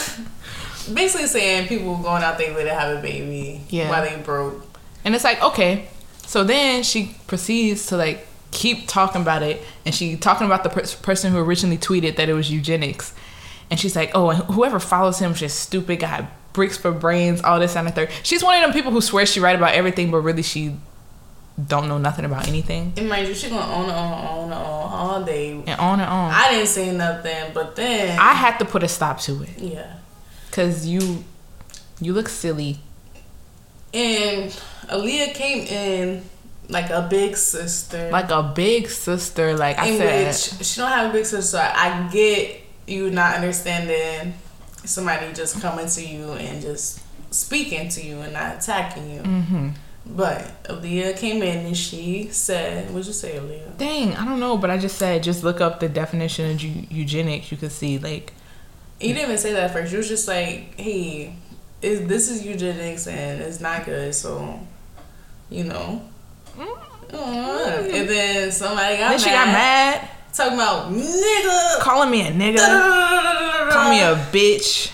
basically saying people going out their way to have a baby
Yeah.
while they broke.
And it's like, okay. So then she proceeds to like keep talking about it, and she talking about the per- person who originally tweeted that it was eugenics, and she's like, oh, and whoever follows him is just stupid, got bricks for brains, all this and the third. She's one of them people who swears she right about everything, but really she don't know nothing about anything,
And mind you, she going on and on and on all day.
and on and on. I,
I didn't say nothing, but then
had to put a stop to it
yeah.
because you, you look silly.
And Aaliyah came in like a big sister,
Like a big sister, like I
in
said,
which she don't have a big sister. So I get you not understanding somebody just coming to you and just speaking to you and not attacking you.
hmm
But Aaliyah came in and she said, "What'd you say, Aaliyah?"
Dang, I don't know, but I just said just look up the definition of eu- eugenics. You could see like
You didn't even say that at first. You was just like, "Hey, is this is eugenics and it's not good." So, you know. Uh, And then somebody got mad,
Mm-hmm. then she got mad,
talking about nigga.
calling me a nigga, calling me a bitch,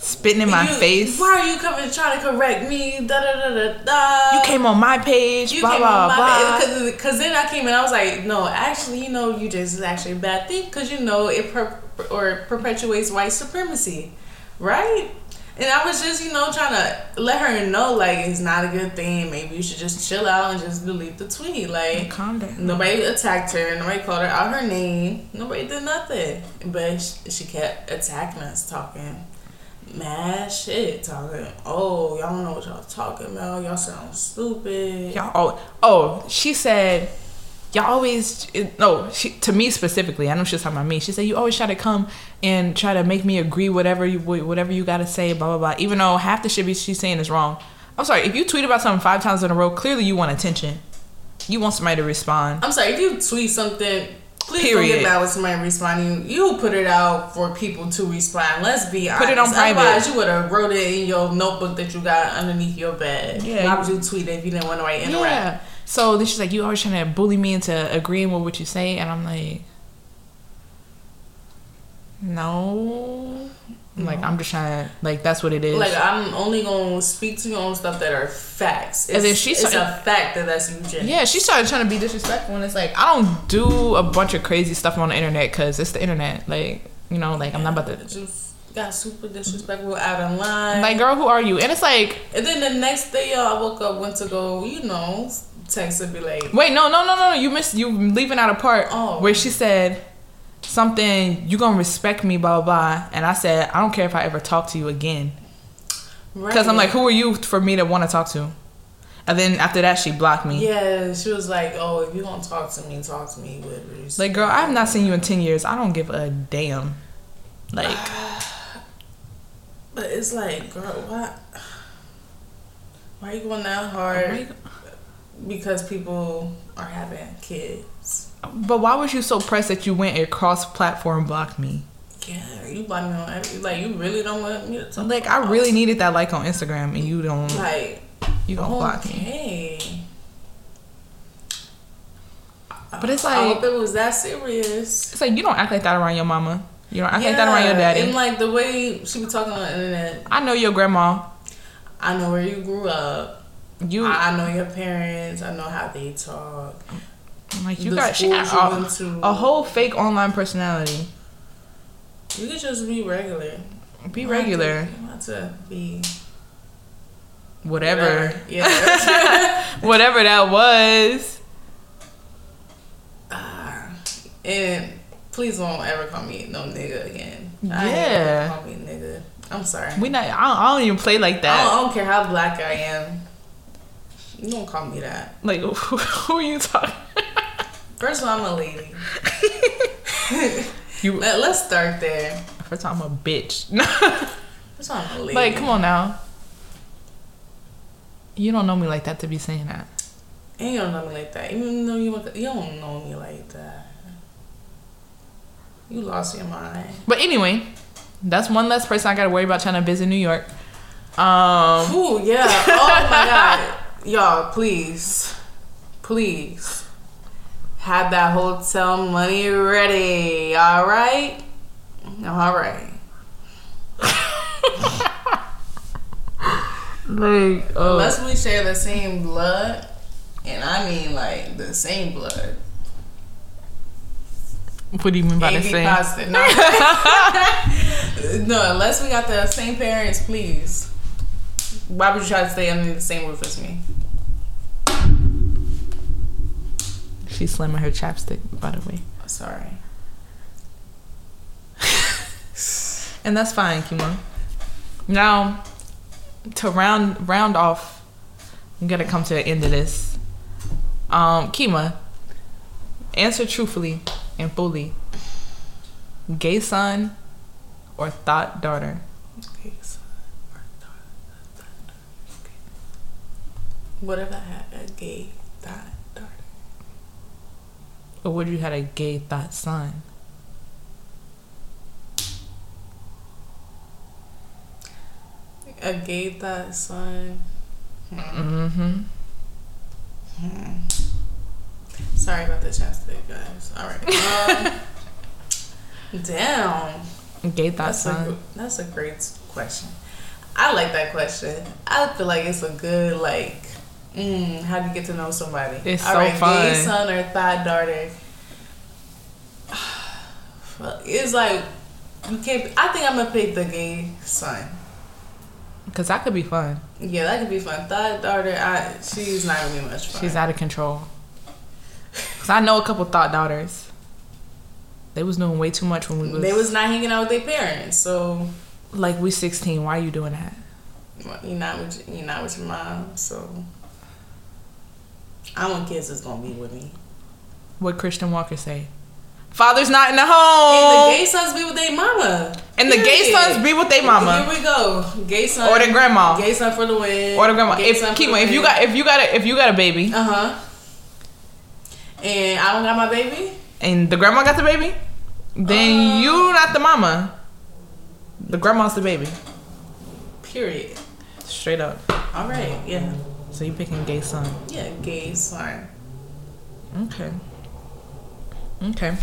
spitting in my
You-
face.
Why are you coming trying to correct me? Da da da da da.
You came on my page, blah blah blah.
Because then I came and I was like, no, actually, you know, you just is actually a bad thing because you know it per- or perpetuates white supremacy, right? And I was just, you know, trying to let her know like it's not a good thing. Maybe you should just chill out and just delete the tweet. Like
Calm down.
nobody attacked her, nobody called her out her name, nobody did nothing. But sh- she kept attacking us, talking mad shit, talking. Oh, y'all don't know what y'all talking about. Y'all sound stupid.
Y'all, al- oh, she said, y'all always, it- no, she, to me specifically, I know she was talking about me. She said, you always try to come and try to make me agree whatever you, whatever you got to say, blah, blah, blah. Even though half the shit be- she's saying is wrong. I'm sorry, if you tweet about something five times in a row, clearly you want attention. You want somebody to respond.
I'm sorry, if you tweet something, please don't
Period.
get mad when somebody responding. You put it out for people to respond. Let's be honest.
Put it on private.
Otherwise, you would have wrote it in your notebook that you got underneath your bed.
Yeah.
Why would you tweet it if you didn't want nobody to interact?
Yeah. So then she's like, you always trying to bully me into agreeing with what you say. And I'm like, no. Like, I'm just trying to, like, that's what it is.
Like I'm only gonna speak to you on stuff that are facts. It's,
And then she
it's
started-
a fact that that's eugenics.
Yeah, she started trying to be disrespectful, and it's like I don't do a bunch of crazy stuff on the internet because it's the internet. Like you know, like I'm not about to.
Just got super disrespectful out of line.
Like, girl, who are you? And it's like,
and then the next day, y'all, I woke up, went to go, you know, text and be like,
wait, no, no, no, no, no, you missed. You leaving out a part
Oh.
where she said something. You gonna respect me, blah blah. blah." And I said, I don't care if I ever talk to you again, because I'm
"Right."
like, who are you for me to want to talk to? And then after that, she blocked me.
Yeah, she was like, "Oh, if you don't talk to me, talk to me with respect."
Like, girl, I've not seen you in ten years. I don't give a damn. Like,
but it's like, girl, why? Why are you going that hard? Because people are having kids.
but why was you so pressed that you went and cross-platform blocked me?
Yeah, you bought me on every. Like, you really don't want me to talk.
Like I really needed that like on Instagram, and you don't
Like,
you don't block me.
okay.
But it's
I hope
like
it was that serious.
it's like you don't act like that around your mama. You don't act like that around your daddy.
And like the way she was talking on the internet,
I know your grandma.
I know where you grew up.
You
I I know your parents. I know how they talk.
like you
the
got she got
schools you
a,
went to.
a whole fake online personality.
You could just be regular.
Be regular,
Not to be
whatever,
Yeah.
whatever that was.
Ah. And please don't ever call me no nigga again. I ain't
Yeah.
gonna call me nigga. I'm sorry.
We not. I don't, I don't even play like
I, don't,
that.
I don't care how black I am. You don't call me that.
Like who, who are you talking?
First of all, I'm a lady.
You
Let, let's start there.
first time I'm a bitch.
First of all, I'm a lady.
like come on now. You don't know me like that to be saying that.
And you don't know me like that. Even though you you don't know me like that. You lost your mind.
But anyway, that's one less person I got to worry about trying to visit New York. Um,
Ooh, yeah. Oh my god. Y'all, please. Please. Have that hotel money ready. Alright? Alright.
like uh,
Unless we share the same blood, and I mean like the same blood.
what do you mean by the
AB
same?
positive. No. no, unless we got the same parents, please. Why would you try to stay under the same roof as me?
She's slamming her chapstick, by the way.
I'm sorry.
And that's fine, Kimon. Now, to round round off, I'm gonna come to the end of this. Um, Kima, answer truthfully and fully. Gay son or thought daughter?
Please. What if I had a gay thought daughter?
Or would you had a gay thought son?
A gay thought son? Hmm.
Mm-hmm.
Hmm. Sorry about the chapstick, guys. All right. Um, damn.
Gay thought
That's a,
son.
gr- that's a great question. I like that question. I feel like it's a good like. Mm, how do you get to know somebody?
It's
All
so
right,
fun.
Gay son or thigh daughter. Fuck, It's like you can't. I think I'm gonna pick the gay son.
Cause that could be fun.
Yeah, that could be fun. Thigh daughter. I she's not gonna be much fun.
She's out of control. Cause I know a couple thought daughters. They was doing way too much when we was.
they was not hanging out with their parents, so
like we 16 why are you doing that
you're not with you're not with your mom. So I want kids that's gonna be with me.
what christian walker say father's not in the
And the
home
gay sons be with their mama.
Oh. and the gay,
Period.
sons be with their mama
Here we go. Gay son.
or the grandma
Gay son for the win.
or the grandma if Kima, if you got if you got a if you got a baby
Uh huh. And I don't got my baby.
and the grandma got the baby
Uh.
then you not the mama the grandma's the baby
Period.
straight up
All right. Yeah.
so you picking gay son
Yeah. Gay son.
okay okay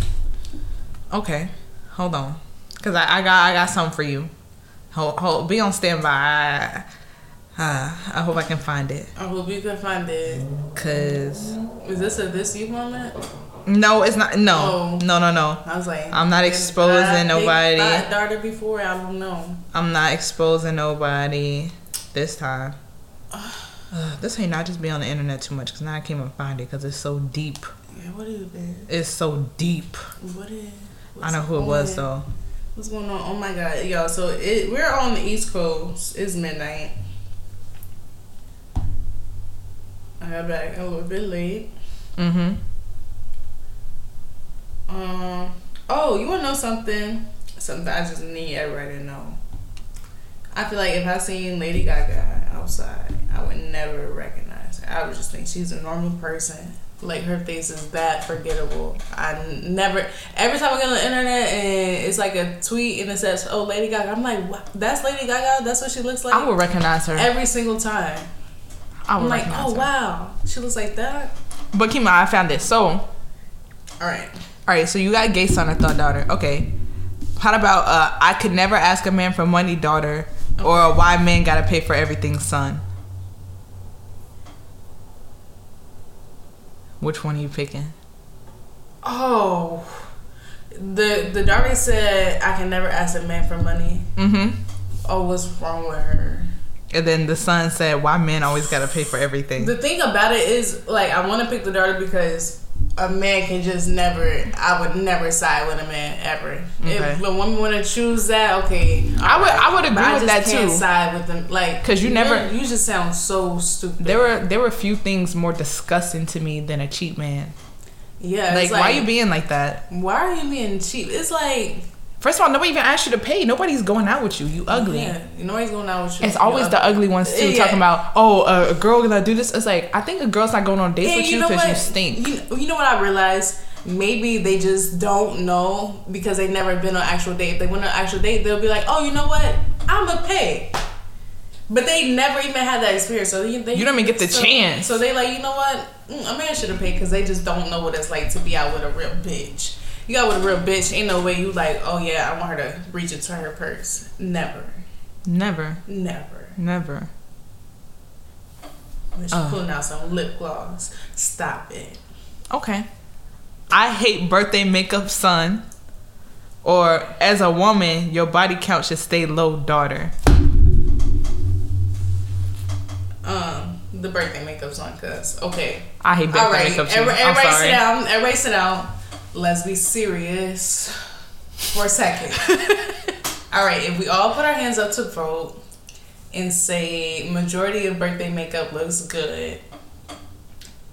okay hold on because I, I got i got something for you hold, hold be on standby I, uh, I hope i can find it
I hope you can find it.
Cause
Is this a this you moment?
no, it's not. No,
Oh.
no, no, no.
I was like,
I'm not
did
exposing
I pick
nobody.
that daughter before I don't know.
I'm not exposing nobody this time. Ugh, this ain't not just be on the internet too much. Cause now I can't even find it. Cause it's so deep.
Yeah, what is it?
It's so deep.
What is?
I know who it was though.
What's going on? Oh my god, y'all! So it we're on the East Coast. It's midnight. I got back a little bit late.
Mm-hmm.
Um. Oh, you wanna know something? Something I just need everybody to know. I feel like if I seen Lady Gaga outside, I would never recognize her. I would just think she's a normal person. Like her face is that forgettable. I n- never. Every time I get on the internet and it's like a tweet and it says, "Oh, Lady Gaga," I'm like, "What? That's Lady Gaga. That's what she looks like."
I would recognize her.
every single time.
I would
I'm like,
recognize
"Oh
her.
wow, she looks like that."
But Kima, I found it. So, all
All right.
right. So you got gay son or thought daughter. Okay. How about uh, I could never ask a man for money, daughter, or a why men gotta pay for everything, son. Which one are you picking?
Oh, the the daughter said I can never ask a man for money.
Mm-hmm.
Oh, what's wrong with her?
And then the son said, "Why men always gotta pay for everything?"
The thing about it is, like, I want to pick the daughter because a man can just never. I would never side with a man ever. If
Okay.
a woman want to choose that, okay.
I would I would
But
agree
I
with
just
that
can't
too.
side with them, like
'Cause you never-
You just sound so stupid.
There were there were few things more disgusting to me than a cheap man.
yeah.
Like,
it's
why you being like that?
Why are you being cheap? It's like
First of all, nobody even asked you to pay. Nobody's going out with you. You ugly.
Yeah, you know he's going out with you.
It's always
You're
the ugly ones too.
Yeah.
Talking about oh uh, a girl gonna do this. It's like I think a girl's not going on dates
Yeah,
with you
know
because you,
what?
stink.
You, you know what I realized? Maybe they just don't know because they've never been on actual date. If they went on actual date, they'll be like, "Oh, you know what? I'm a pay." But they never even had that experience, so they, they
You don't even get the
so-
chance.
So they like, you know what? Mm, a man should have paid because they just don't know what it's like to be out with a real bitch. You got with a real bitch, ain't no way you like, oh yeah, I want her to reach into her purse. Never,
Never,
never.
never.
Unless
Oh.
you're pulling out some lip gloss. Stop it.
Okay. I hate birthday makeup, son. Or as a woman, your body count should stay low, daughter.
um the birthday makeup's on cuz okay
I hate birthday
all right
makeup.
er-
Too. I'm
erase
sorry.
it out erase it out let's be serious for a second all right if we all put our hands up to vote and say majority of birthday makeup looks good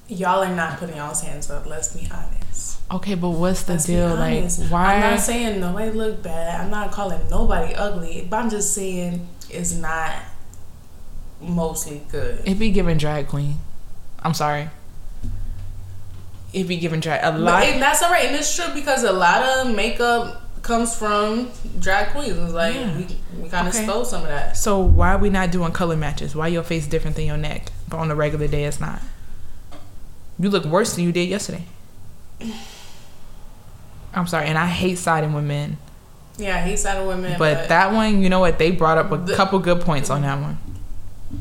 y'all are not putting y'all's hands up let's be honest
Okay, but what's the
Let's be
deal? Like,
honest.
why?
i'm not saying nobody look bad i'm not calling nobody ugly but i'm just saying it's not mostly good
It be giving drag queen. I'm sorry. It be giving drag a lot.
But and that's all right, and it's true because a lot of makeup comes from drag queens. It's like
Yeah.
we, we kind of
Okay.
stole some of that.
so why are we not doing color matches? Why your face different than your neck, but on a regular day it's not? You look worse than you did yesterday. I'm sorry, and I hate siding with men,
Yeah, he sided with women, but,
but that one, you know what? They brought up a
The-
couple good points on that one.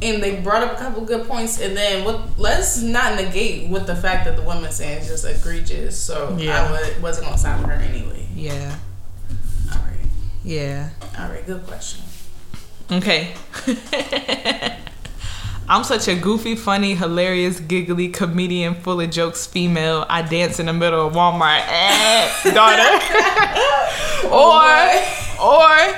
and they brought up a couple good points. And then what? Let's not negate what the fact that the woman saying is just egregious. So
Yeah.
I would, wasn't gonna side with her anyway.
Yeah,
All right,
yeah.
all right, good question.
Okay. I'm such a goofy, funny, hilarious, giggly comedian full of jokes female. I dance in the middle of Walmart. Eh, daughter. or or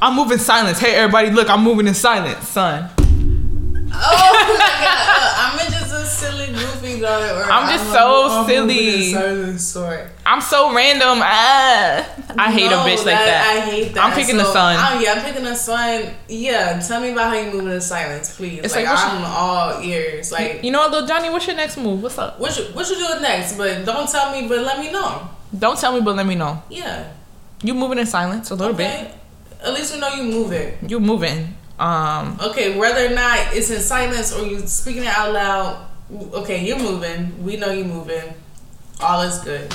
I'm moving silence. Hey everybody, look, I'm moving in silence, son.
Oh my god, uh, I'm just a silly, goofy girl. Or
I'm just
a-
so
I'm moving in
silly.
silence, sorry.
I'm so random. Ah. I hate
No,
a bitch like that.
I hate that.
I'm picking the sun.
Oh yeah, I'm picking the sun. Yeah, tell me about how you move in the silence, please.
It's
like,
like, what you-
I'm all ears. Like,
you know what, little Johnny? What's your next move? What's up?
what you what you doing next? But don't tell me. But let me know.
Don't tell me, but let me know.
Yeah.
You moving in silence a little
Okay. At least we know you moving.
bit. You moving. Um,
Okay, whether or not it's in silence or you speaking it out loud. Okay, you're moving. We know you moving. All is good.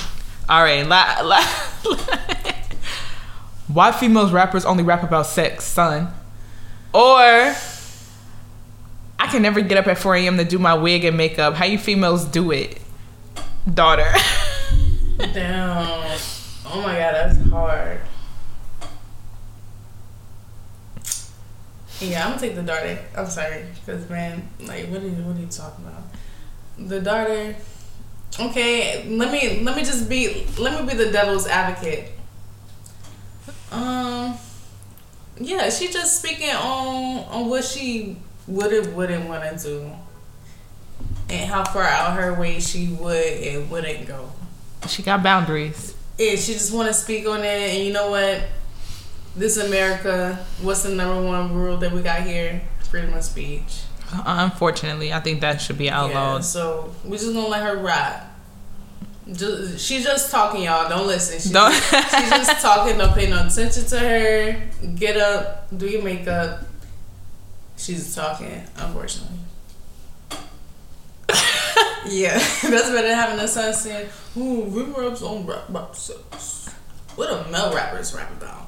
All right, la, la, why females rappers only rap about sex, son? Or I can never get up at 4 a.m. to do my wig and makeup. How you females do it, daughter?
Damn. Oh my god, that's hard. Yeah, I'm gonna take the daughter. I'm sorry, cause man, like, what are you, what are you talking about? The daughter. Okay, let me let me just be let me be the devil's advocate. Um, yeah, she just speaking on on what she would and wouldn't want to do, and how far out her way she would and wouldn't go
she got boundaries.
yeah, she just want to speak on it. And you know what? This America, what's the number one rule that we got here? Freedom of speech.
Unfortunately, I think that should be
Yeah,
outlawed.
so we just gonna let her ride. Just, she's just talking, y'all. Don't listen. She's,
Don't-
she's just talking. Don't pay no attention to her. Get up, do your makeup. She's talking, unfortunately. yeah, that's better than having a son saying, "Ooh, we raps on rap about sex." What do male rappers rap about?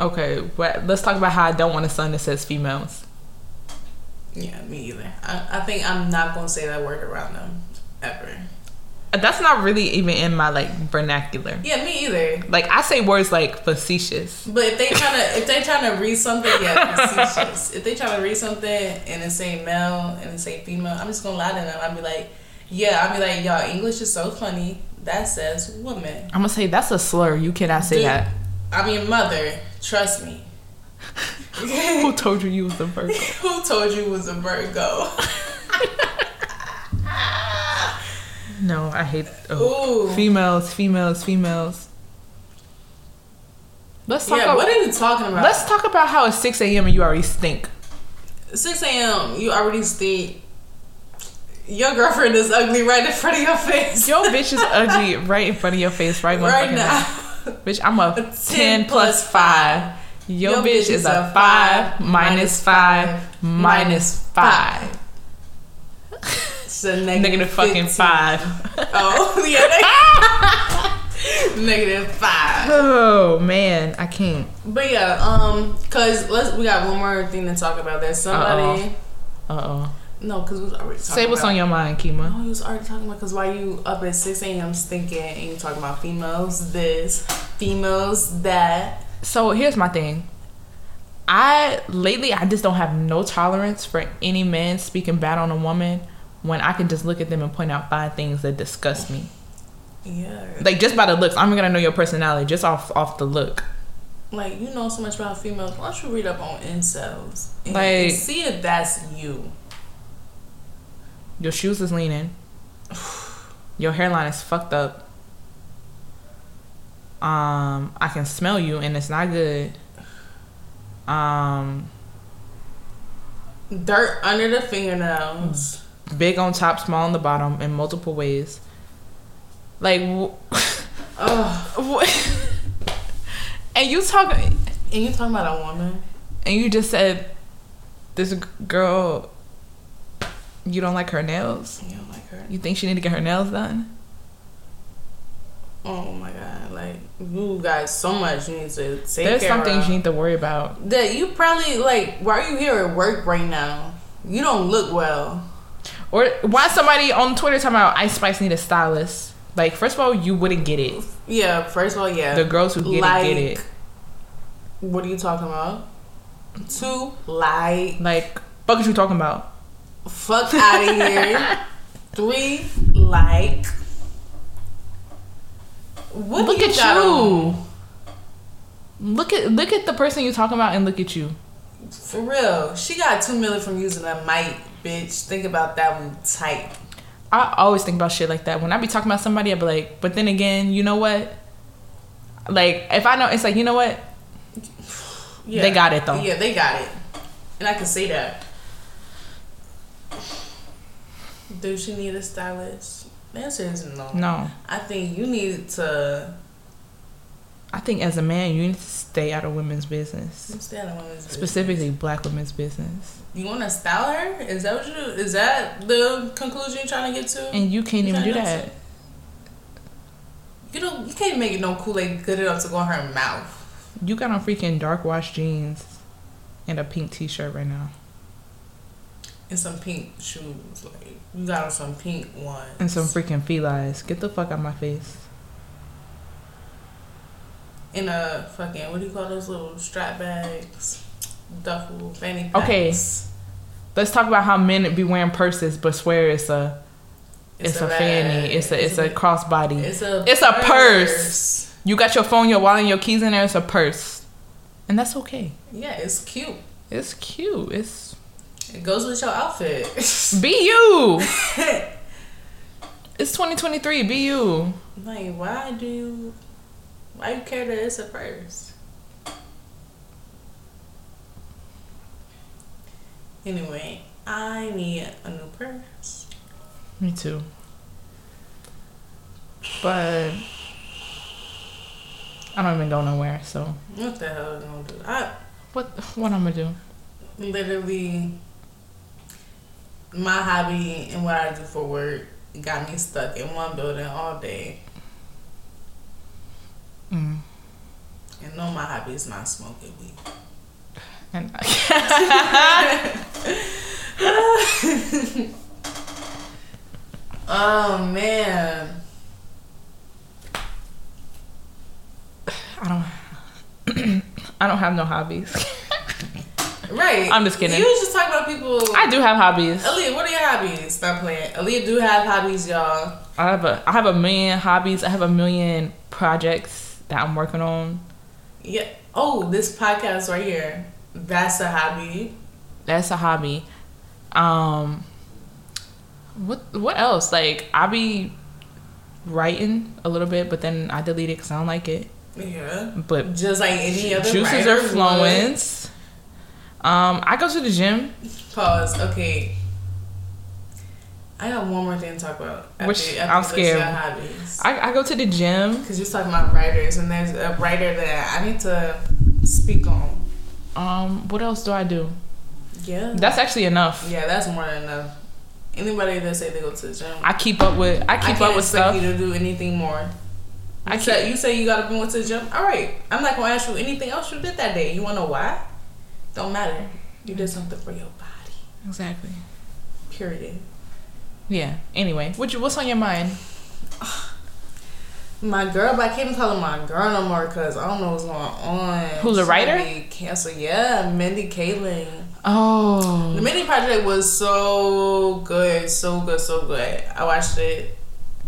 Okay, well, let's talk about how I don't want a son that says females.
Yeah, me either. I, I think I'm not gonna say that word around them ever.
That's not really even in my like vernacular.
Yeah, me either.
Like I say words like facetious.
But if they trying to if they trying to read something, yeah, facetious. if they trying to read something and it say male and it say female, I'm just gonna lie to them. I'd be like, Yeah, I'll be like, y'all, English is so funny. That says woman.
I'm gonna say that's a slur. You cannot say
Dude,
that.
I'm your mother. Trust me.
Who told you you was the Virgo?
Who told you was a Virgo?
No, I hate oh.
Ooh.
females, females, females. Let's talk.
yeah,
about,
what are you talking about?
let's talk about how it's six a.m. and you already stink.
6 a.m. You already stink. Your girlfriend is ugly right in front of your face.
Yo, bitch is ugly right in front of your face right,
right
motherfucking now.
now.
Bitch, I'm a 10, plus 5. Your,
Your
bitch, is a 5 minus 5 minus 5.
It's a negative,
Negative fucking
15.
5.
Oh, yeah. neg- negative five.
Oh, man. I can't.
But yeah, um, cause let's we got one more thing to talk about. There's somebody.
Uh-oh.
No, cause we was already talking
Say what's on your mind, Kima.
No, you was already talking about because why you up at 6 a.m. stinking and you talking about females this, females that.
So here's my thing. I lately I just don't have no tolerance for any man speaking bad on a woman when I can just look at them and point out five things that disgust me.
Yeah.
Like just by the looks, I'm gonna know your personality just off off the look.
Like, you know so much about females. Why don't you read up on incels and
Like-
see if that's you?
Your shoes is leaning. Your hairline is fucked up. Um, I can smell you and it's not good. Um,
Dirt under the fingernails.
big on top, small on the bottom, in multiple ways. Like, w- Mm.
Ugh.
and you talk,
And you talking about a woman?
and you just said, this g- girl, you don't like her nails.
You don't like her?
You think she need to get her nails done?
Oh my god! Like you got so much you need to take
There's
care
some things
of.
you need to worry about.
that you probably like. Why are you here at work right now? You don't look well.
Or why somebody on Twitter talking about Ice Spice need a stylist? Like, first of all, you wouldn't get it.
Yeah. First of all, yeah.
The girls who get it get it.
What are you talking about? Two like
Like, fuck is you talking about?
fuck out of here. Three like. What do
look at
got on?
you. Look at look at the person you talking about and look at you.
For real, she got two million from using a mic, bitch. Think about that one tight.
I always think about shit like that. When I be talking about somebody, I be like, but then again, you know what? Like, if I know, it's like, you know what?
Yeah.
They got it, though.
Yeah, they got it, and I can say that. Do she need a stylist? The answer is no.
No.
I think you need to
I think as a man, you need to stay out of women's business,
stay out of women's business.
specifically black women's business.
You want to style her? Is that what you? Is that the conclusion you're trying to get to?
And you can't
You
even do
trying to-
that.
You don't. You can't make no Kool Aid good enough to go in her mouth.
You got on freaking dark wash jeans and a pink t shirt right now.
And some pink shoes, like you got on some pink ones.
And some freaking felines. Get the fuck out my face.
in a fucking what do you call those little strap bags, duffel fanny packs.
Okay. Let's talk about how men be wearing purses but swear it's a it's, a,
bag.
fanny. It's a it's a crossbody.
It's a
It's a purse. you got your phone, your wallet, and your keys in there, it's a purse. And that's okay.
Yeah, it's cute.
It's cute. It's
It goes with your outfit.
be you. it's 2023. Be you.
like, why do you why you care that it's a purse? Anyway, I need a new purse.
Me too. But I don't even go nowhere. So
What the hell am I gonna do? I
what what I'm gonna do?
literally my hobby and what I do for work got me stuck in one building all day.
Mm.
And no, my hobby is not smoking weed.
And
Oh man,
I don't I don't have no hobbies.
Right.
I'm just kidding.
You was just talking about people.
I do have hobbies.
Aaliyah, what are your hobbies? Stop playing. Aaliyah do have hobbies, y'all.
I have a I have a million hobbies. I have a million projects that I'm working on.
Yeah. Oh, this podcast right here. That's a hobby.
That's a hobby. Um what what else? Like I be writing a little bit, but then I delete it because I don't like it.
Yeah.
But
Just like any other
juices
writer
are
would.
flowing. Um, I go to the gym.
Pause. Okay. I got one more thing to talk about. after-
Which-
after
I'm
this,
scared.
y'all Hobbies.
I, I go to the gym.
Because you're talking about writers, and there's a writer that I need to speak on.
Um, what else do I do?
Yeah.
That's actually enough.
yeah, that's more than enough. Anybody that say they go to the gym,
I keep up with I keep
can't
up with
expect
stuff.
You to do anything more.
I
I
can't-
said you say you got up and went to the gym. All right, I'm not gonna ask you anything else you did that day. You wanna know why? Don't matter. You did something for your body.
Exactly.
Period.
Yeah. Anyway, what you, what's on your mind?
My girl, but I can't even call her my girl no more because I don't know what's going on.
Who's a
She
writer?
be Canceled. Yeah, Mindy Kaling.
Oh,
The Mindy Project was so good, so good, so good. I watched it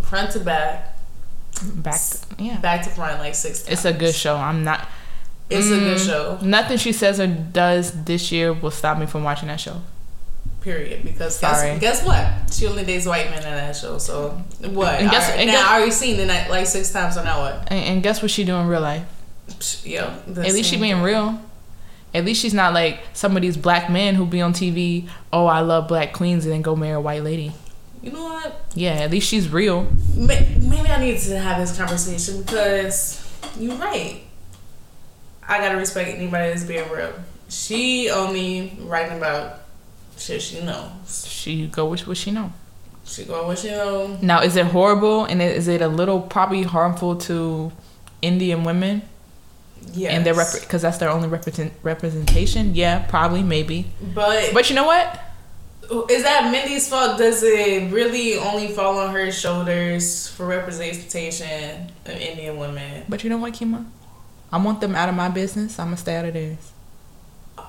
front to back,
back. Yeah,
back to front, like six times.
it's a good show. I'm not.
It's a good
Mm,
show.
Nothing she says or does this year will stop me from watching that show.
Period. Because
Sorry.
guess, guess what? She only dates white men in that show. So what?
And guess-
I,
and
now
guess-
I already seen the night like six times. So now what?
And, and guess what she do in real life?
Psh, Yo,
At least she being real. At least she's not like some of these black men who be on TV. Oh, I love black queens, and then go marry a white lady.
You know what?
Yeah, at least she's real.
May- Maybe I need to have this conversation because you're right. I gotta respect anybody that's being real. She only writing about shit she knows.
She go with what she know.
She going what she know.
Now, is it horrible and is it a little probably harmful to Indian women?
Yeah.
and their because that's their only represent- representation. Yeah, probably, maybe.
but
But you know what?
Is that Mindy's fault? Does it really only fall on her shoulders for representation of Indian women?
But you know what, Kima? I want them out of my business. I'm gonna stay out of theirs.
Oh.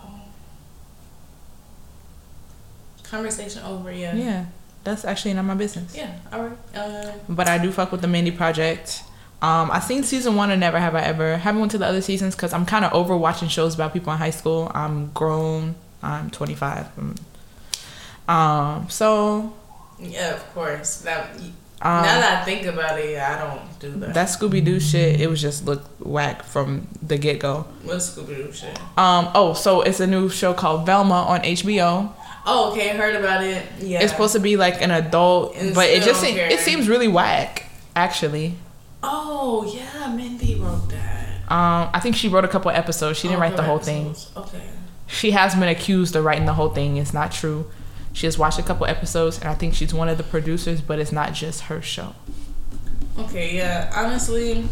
Conversation over, yeah. Yeah,
Yeah, that's actually not my business.
all right. Uh,
But I do fuck with the Mandy Project. Um, I seen season one of Never Have I Ever. Haven't went to the other seasons because I'm kind of over watching shows about people in high school. I'm grown. I'm 25. Mm. Um, so
yeah, of course. Now,
um,
now that I think about it, I don't do that.
that Scooby Doo shit, it was just look whack from the get go.
What's Scooby Doo shit?
Um, oh, so it's a new show called Velma on HBO.
Oh, okay, heard about it. Yeah.
It's supposed to be like an adult,
And
but it
still
just se-
don't
it
care.
seems really whack. Actually,
oh, yeah, Mindy wrote that.
um, I think she wrote a couple episodes.
Oh,
She didn't write the whole thing.
Episodes. Okay.
She has been accused of writing the whole thing. It's not true. She has watched a couple episodes, and I think she's one of the producers. But it's not just her show.
Okay, yeah. Honestly,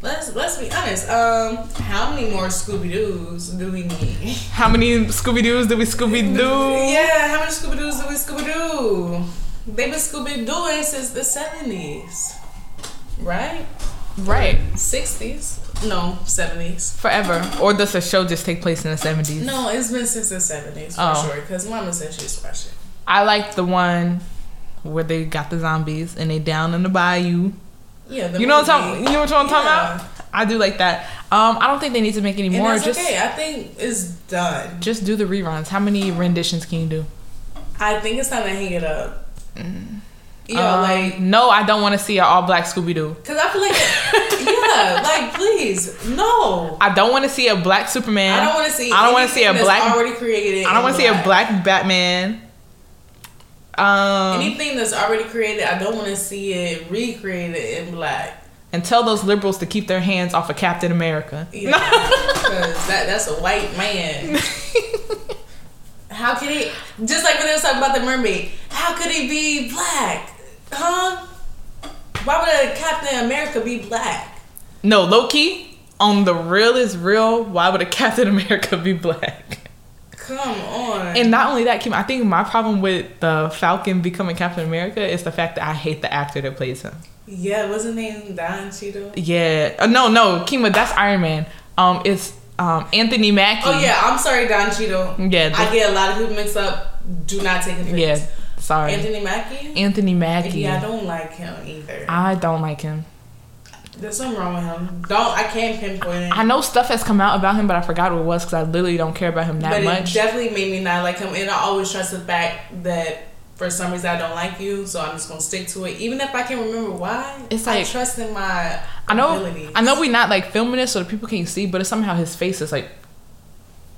let's let's be honest. Um, how many more Scooby Doo's do we need?
How many Scooby Doo's do we Scooby Doo?
Yeah, how many Scooby Doo's do we Scooby Doo? They've been Scooby Dooing since the seventies, right?
Right,
Sixties? No, seventies.
forever. Or does the show just take place in the seventies?
No, it's been since the seventies for
Oh.
sure. Cause Mama said she's watching.
I like the one where they got the zombies and they down in the bayou.
Yeah, the
You know what I'm
movie.
talking. You know what I'm talking
Yeah.
about? I do like that. Um, I don't think they need to make any
And
more.
that's
Just
okay. I think it's done.
just do the reruns. How many renditions can you do?
I think it's time to hang it up. Yo,
Um,
like
no, I don't want to see an all black Scooby Doo.
Cause I feel like, yeah, like please, no.
I don't want to see a black Superman.
I don't want to see.
I don't want to see a
anything that's
black.
Already created.
I don't want
in
to see a black Batman. Um,
Anything that's already created, I don't want to see it recreated in black.
and tell those liberals to keep their hands off of Captain America.
Yeah, because that that's a white man. How could he? Just like when they was talking about the mermaid, how could he be black? Huh? Why would a Captain America be black?
No, Loki. On the real is real. Why would a Captain America be black?
Come on.
And not only that, Kim, I think my problem with the Falcon becoming Captain America is the fact that I hate the actor that plays him.
yeah, wasn't his name Don Cheadle?
Yeah. Uh, No, no, Kima, that's Iron Man. Um, it's um, Anthony Mackie.
Oh yeah, I'm sorry, Don Cheadle.
Yeah, the-
I get a lot of people mixed up. Do not take offense.
Yeah, sorry. Anthony,
Anthony Mackie.
Mackie.
Yeah, I don't like him either.
I don't like him.
There's something wrong with him. Don't I can't pinpoint it.
I know stuff has come out about him, but I forgot what it was because I literally don't care about him that
but
much.
it definitely made me not like him. And I always trust the fact that for some reason I don't like you, so I'm just gonna stick to it, even if I can remember why.
It's
I
like-
trust in my
I know.
abilities.
I know we're not like filming this so the people can't see, but it's somehow his face is like,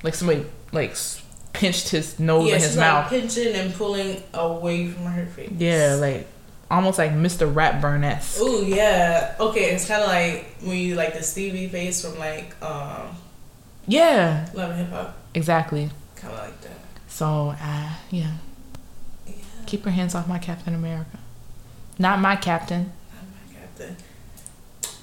like somebody like s- pinched his nose
yeah,
and
she's
his
like
mouth.
pinching and pulling away from her face.
yeah, like almost like Mr. Ratburn esque.
Ooh yeah. Okay, it's kind of like when you like the Stevie face from like um,
Yeah,
Love and Hip Hop,
exactly.
kind of like that.
So, uh, yeah,
Yeah.
keep your hands off my Captain America. Not my captain.
Oh my God,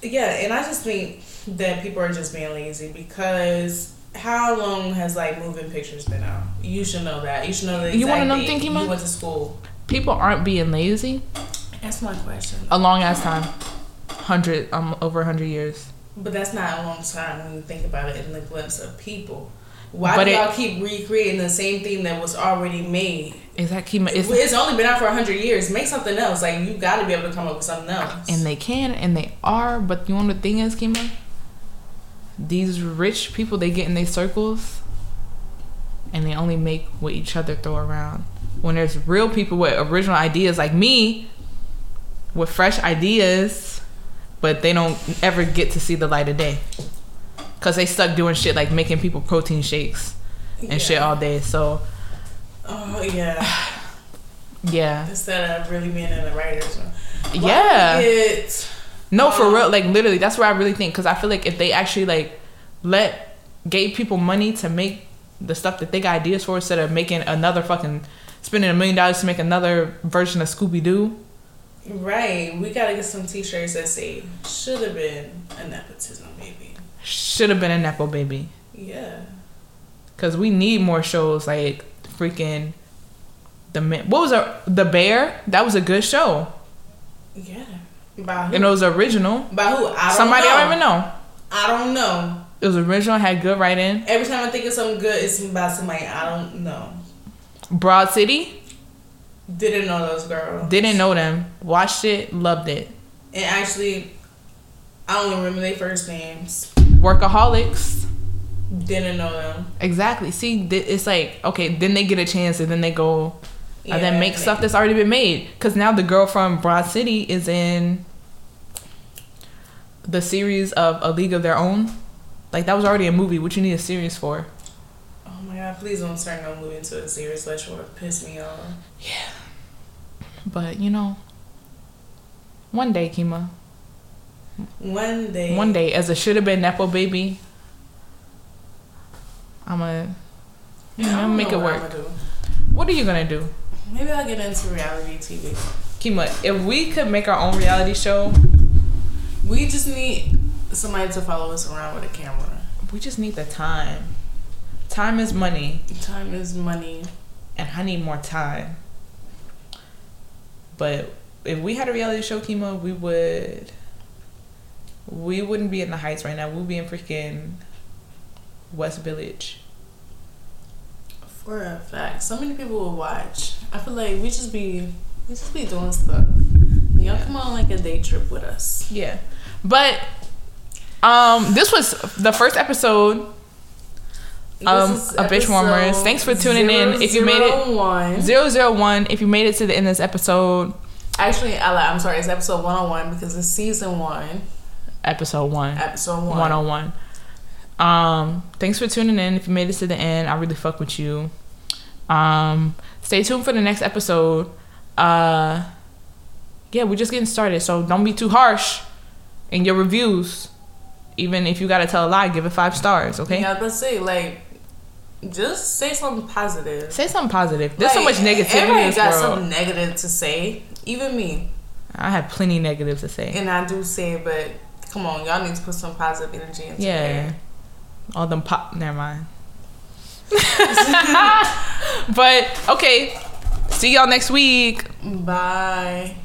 the- Yeah, and I just think that people are just being lazy because how long has like moving pictures been out? You should know that. You should know that.
You wanna know something, Kima?
You went to school.
People aren't being lazy
That's my question.
a long ass time. Hundred, um, over a hundred years.
But that's not a long time when you think about it in the glimpse of people. Why
But
do
it-
y'all keep recreating the same thing that was already made?
Exactly.
It's,
It's,
it's only been out for hundred years. Make something else. Like you got to be able to come up with something else.
and they can and they are but you know what the thing is Kima these rich people they get in their circles and they only make what each other throw around when there's real people with original ideas like me with fresh ideas but they don't ever get to see the light of day because they stuck doing shit like making people protein shakes and shit
Yeah.
all day so
Oh yeah.
yeah
instead of really being in the writers room. Why
Yeah.
we get-
No, for
Um,
real. Like literally, that's what I really think. Because I feel like if they actually like let gave people money to make the stuff that they got ideas for, instead of making another fucking spending a million dollars to make another version of Scooby Doo.
right. We gotta get some T-shirts that say "Should have been a nepotism baby."
Should have been a nepo baby.
Yeah.
Because we need more shows like freaking the man. What was a, the bear? That was a good show
Yeah. By who?
and it was original.
By who? I don't
Somebody
know.
I don't even know.
I don't know.
It was original. Had good writing.
Every time I think of something good, it's by somebody I don't know.
Broad City.
Didn't know those girls.
Didn't know them. Watched it. Loved it.
And actually, I don't remember their first names.
Workaholics.
Didn't know them.
Exactly. See, th- it's like okay, then they get a chance, and then they go
Yeah,
and then make stuff that's already been made. Because now the girl from Broad City is in the series of A League of Their Own. Like that was already a movie. What you need a series for?
Oh my god! Please don't start no moving to a serious lecture. Would piss me off.
But you know, one day, Kima,
One day.
one day, as a should have been nepo baby, I'ma you know, make it work. What are you gonna do?
Maybe I'll get into reality TV.
Kima, if we could make our own reality show,
We just need somebody to follow us around with a camera.
we just need the time. Time is money,
Time is money.
and I need more time. But if we had a reality show, Kima, we would. We wouldn't be in the heights right now. We'd be in freaking West Village.
For a fact, so many people will watch. I feel like we just be we just be doing stuff. Y'all
Yeah.
come on like a day trip with us.
Yeah, but um, this was the first episode. Um,
This is
a bitch warmers.
episode
Thanks for tuning in. If you made it-
001.
001 If you made it to the end of this episode,
actually, I lied. I'm sorry. It's episode one on one because it's season one,
episode one.
episode one.
one on one. Um, thanks for tuning in. If you made it to the end, I really fuck with you. Um, stay tuned for the next episode. Uh, yeah, we're just getting started, so don't be too harsh in your reviews. Even if you gotta tell a lie, give it five stars, okay?
Yeah, but say like, just say something positive.
Say something positive. There's so
Like,
much negativity
Everybody
in this
got
world.
something negative to say, even me,
I have plenty negative to say.
and I do say it. But come on, y'all need to put some positive energy into
Yeah.
it.
All them pop. Never mind. but okay. See y'all next week.
Bye.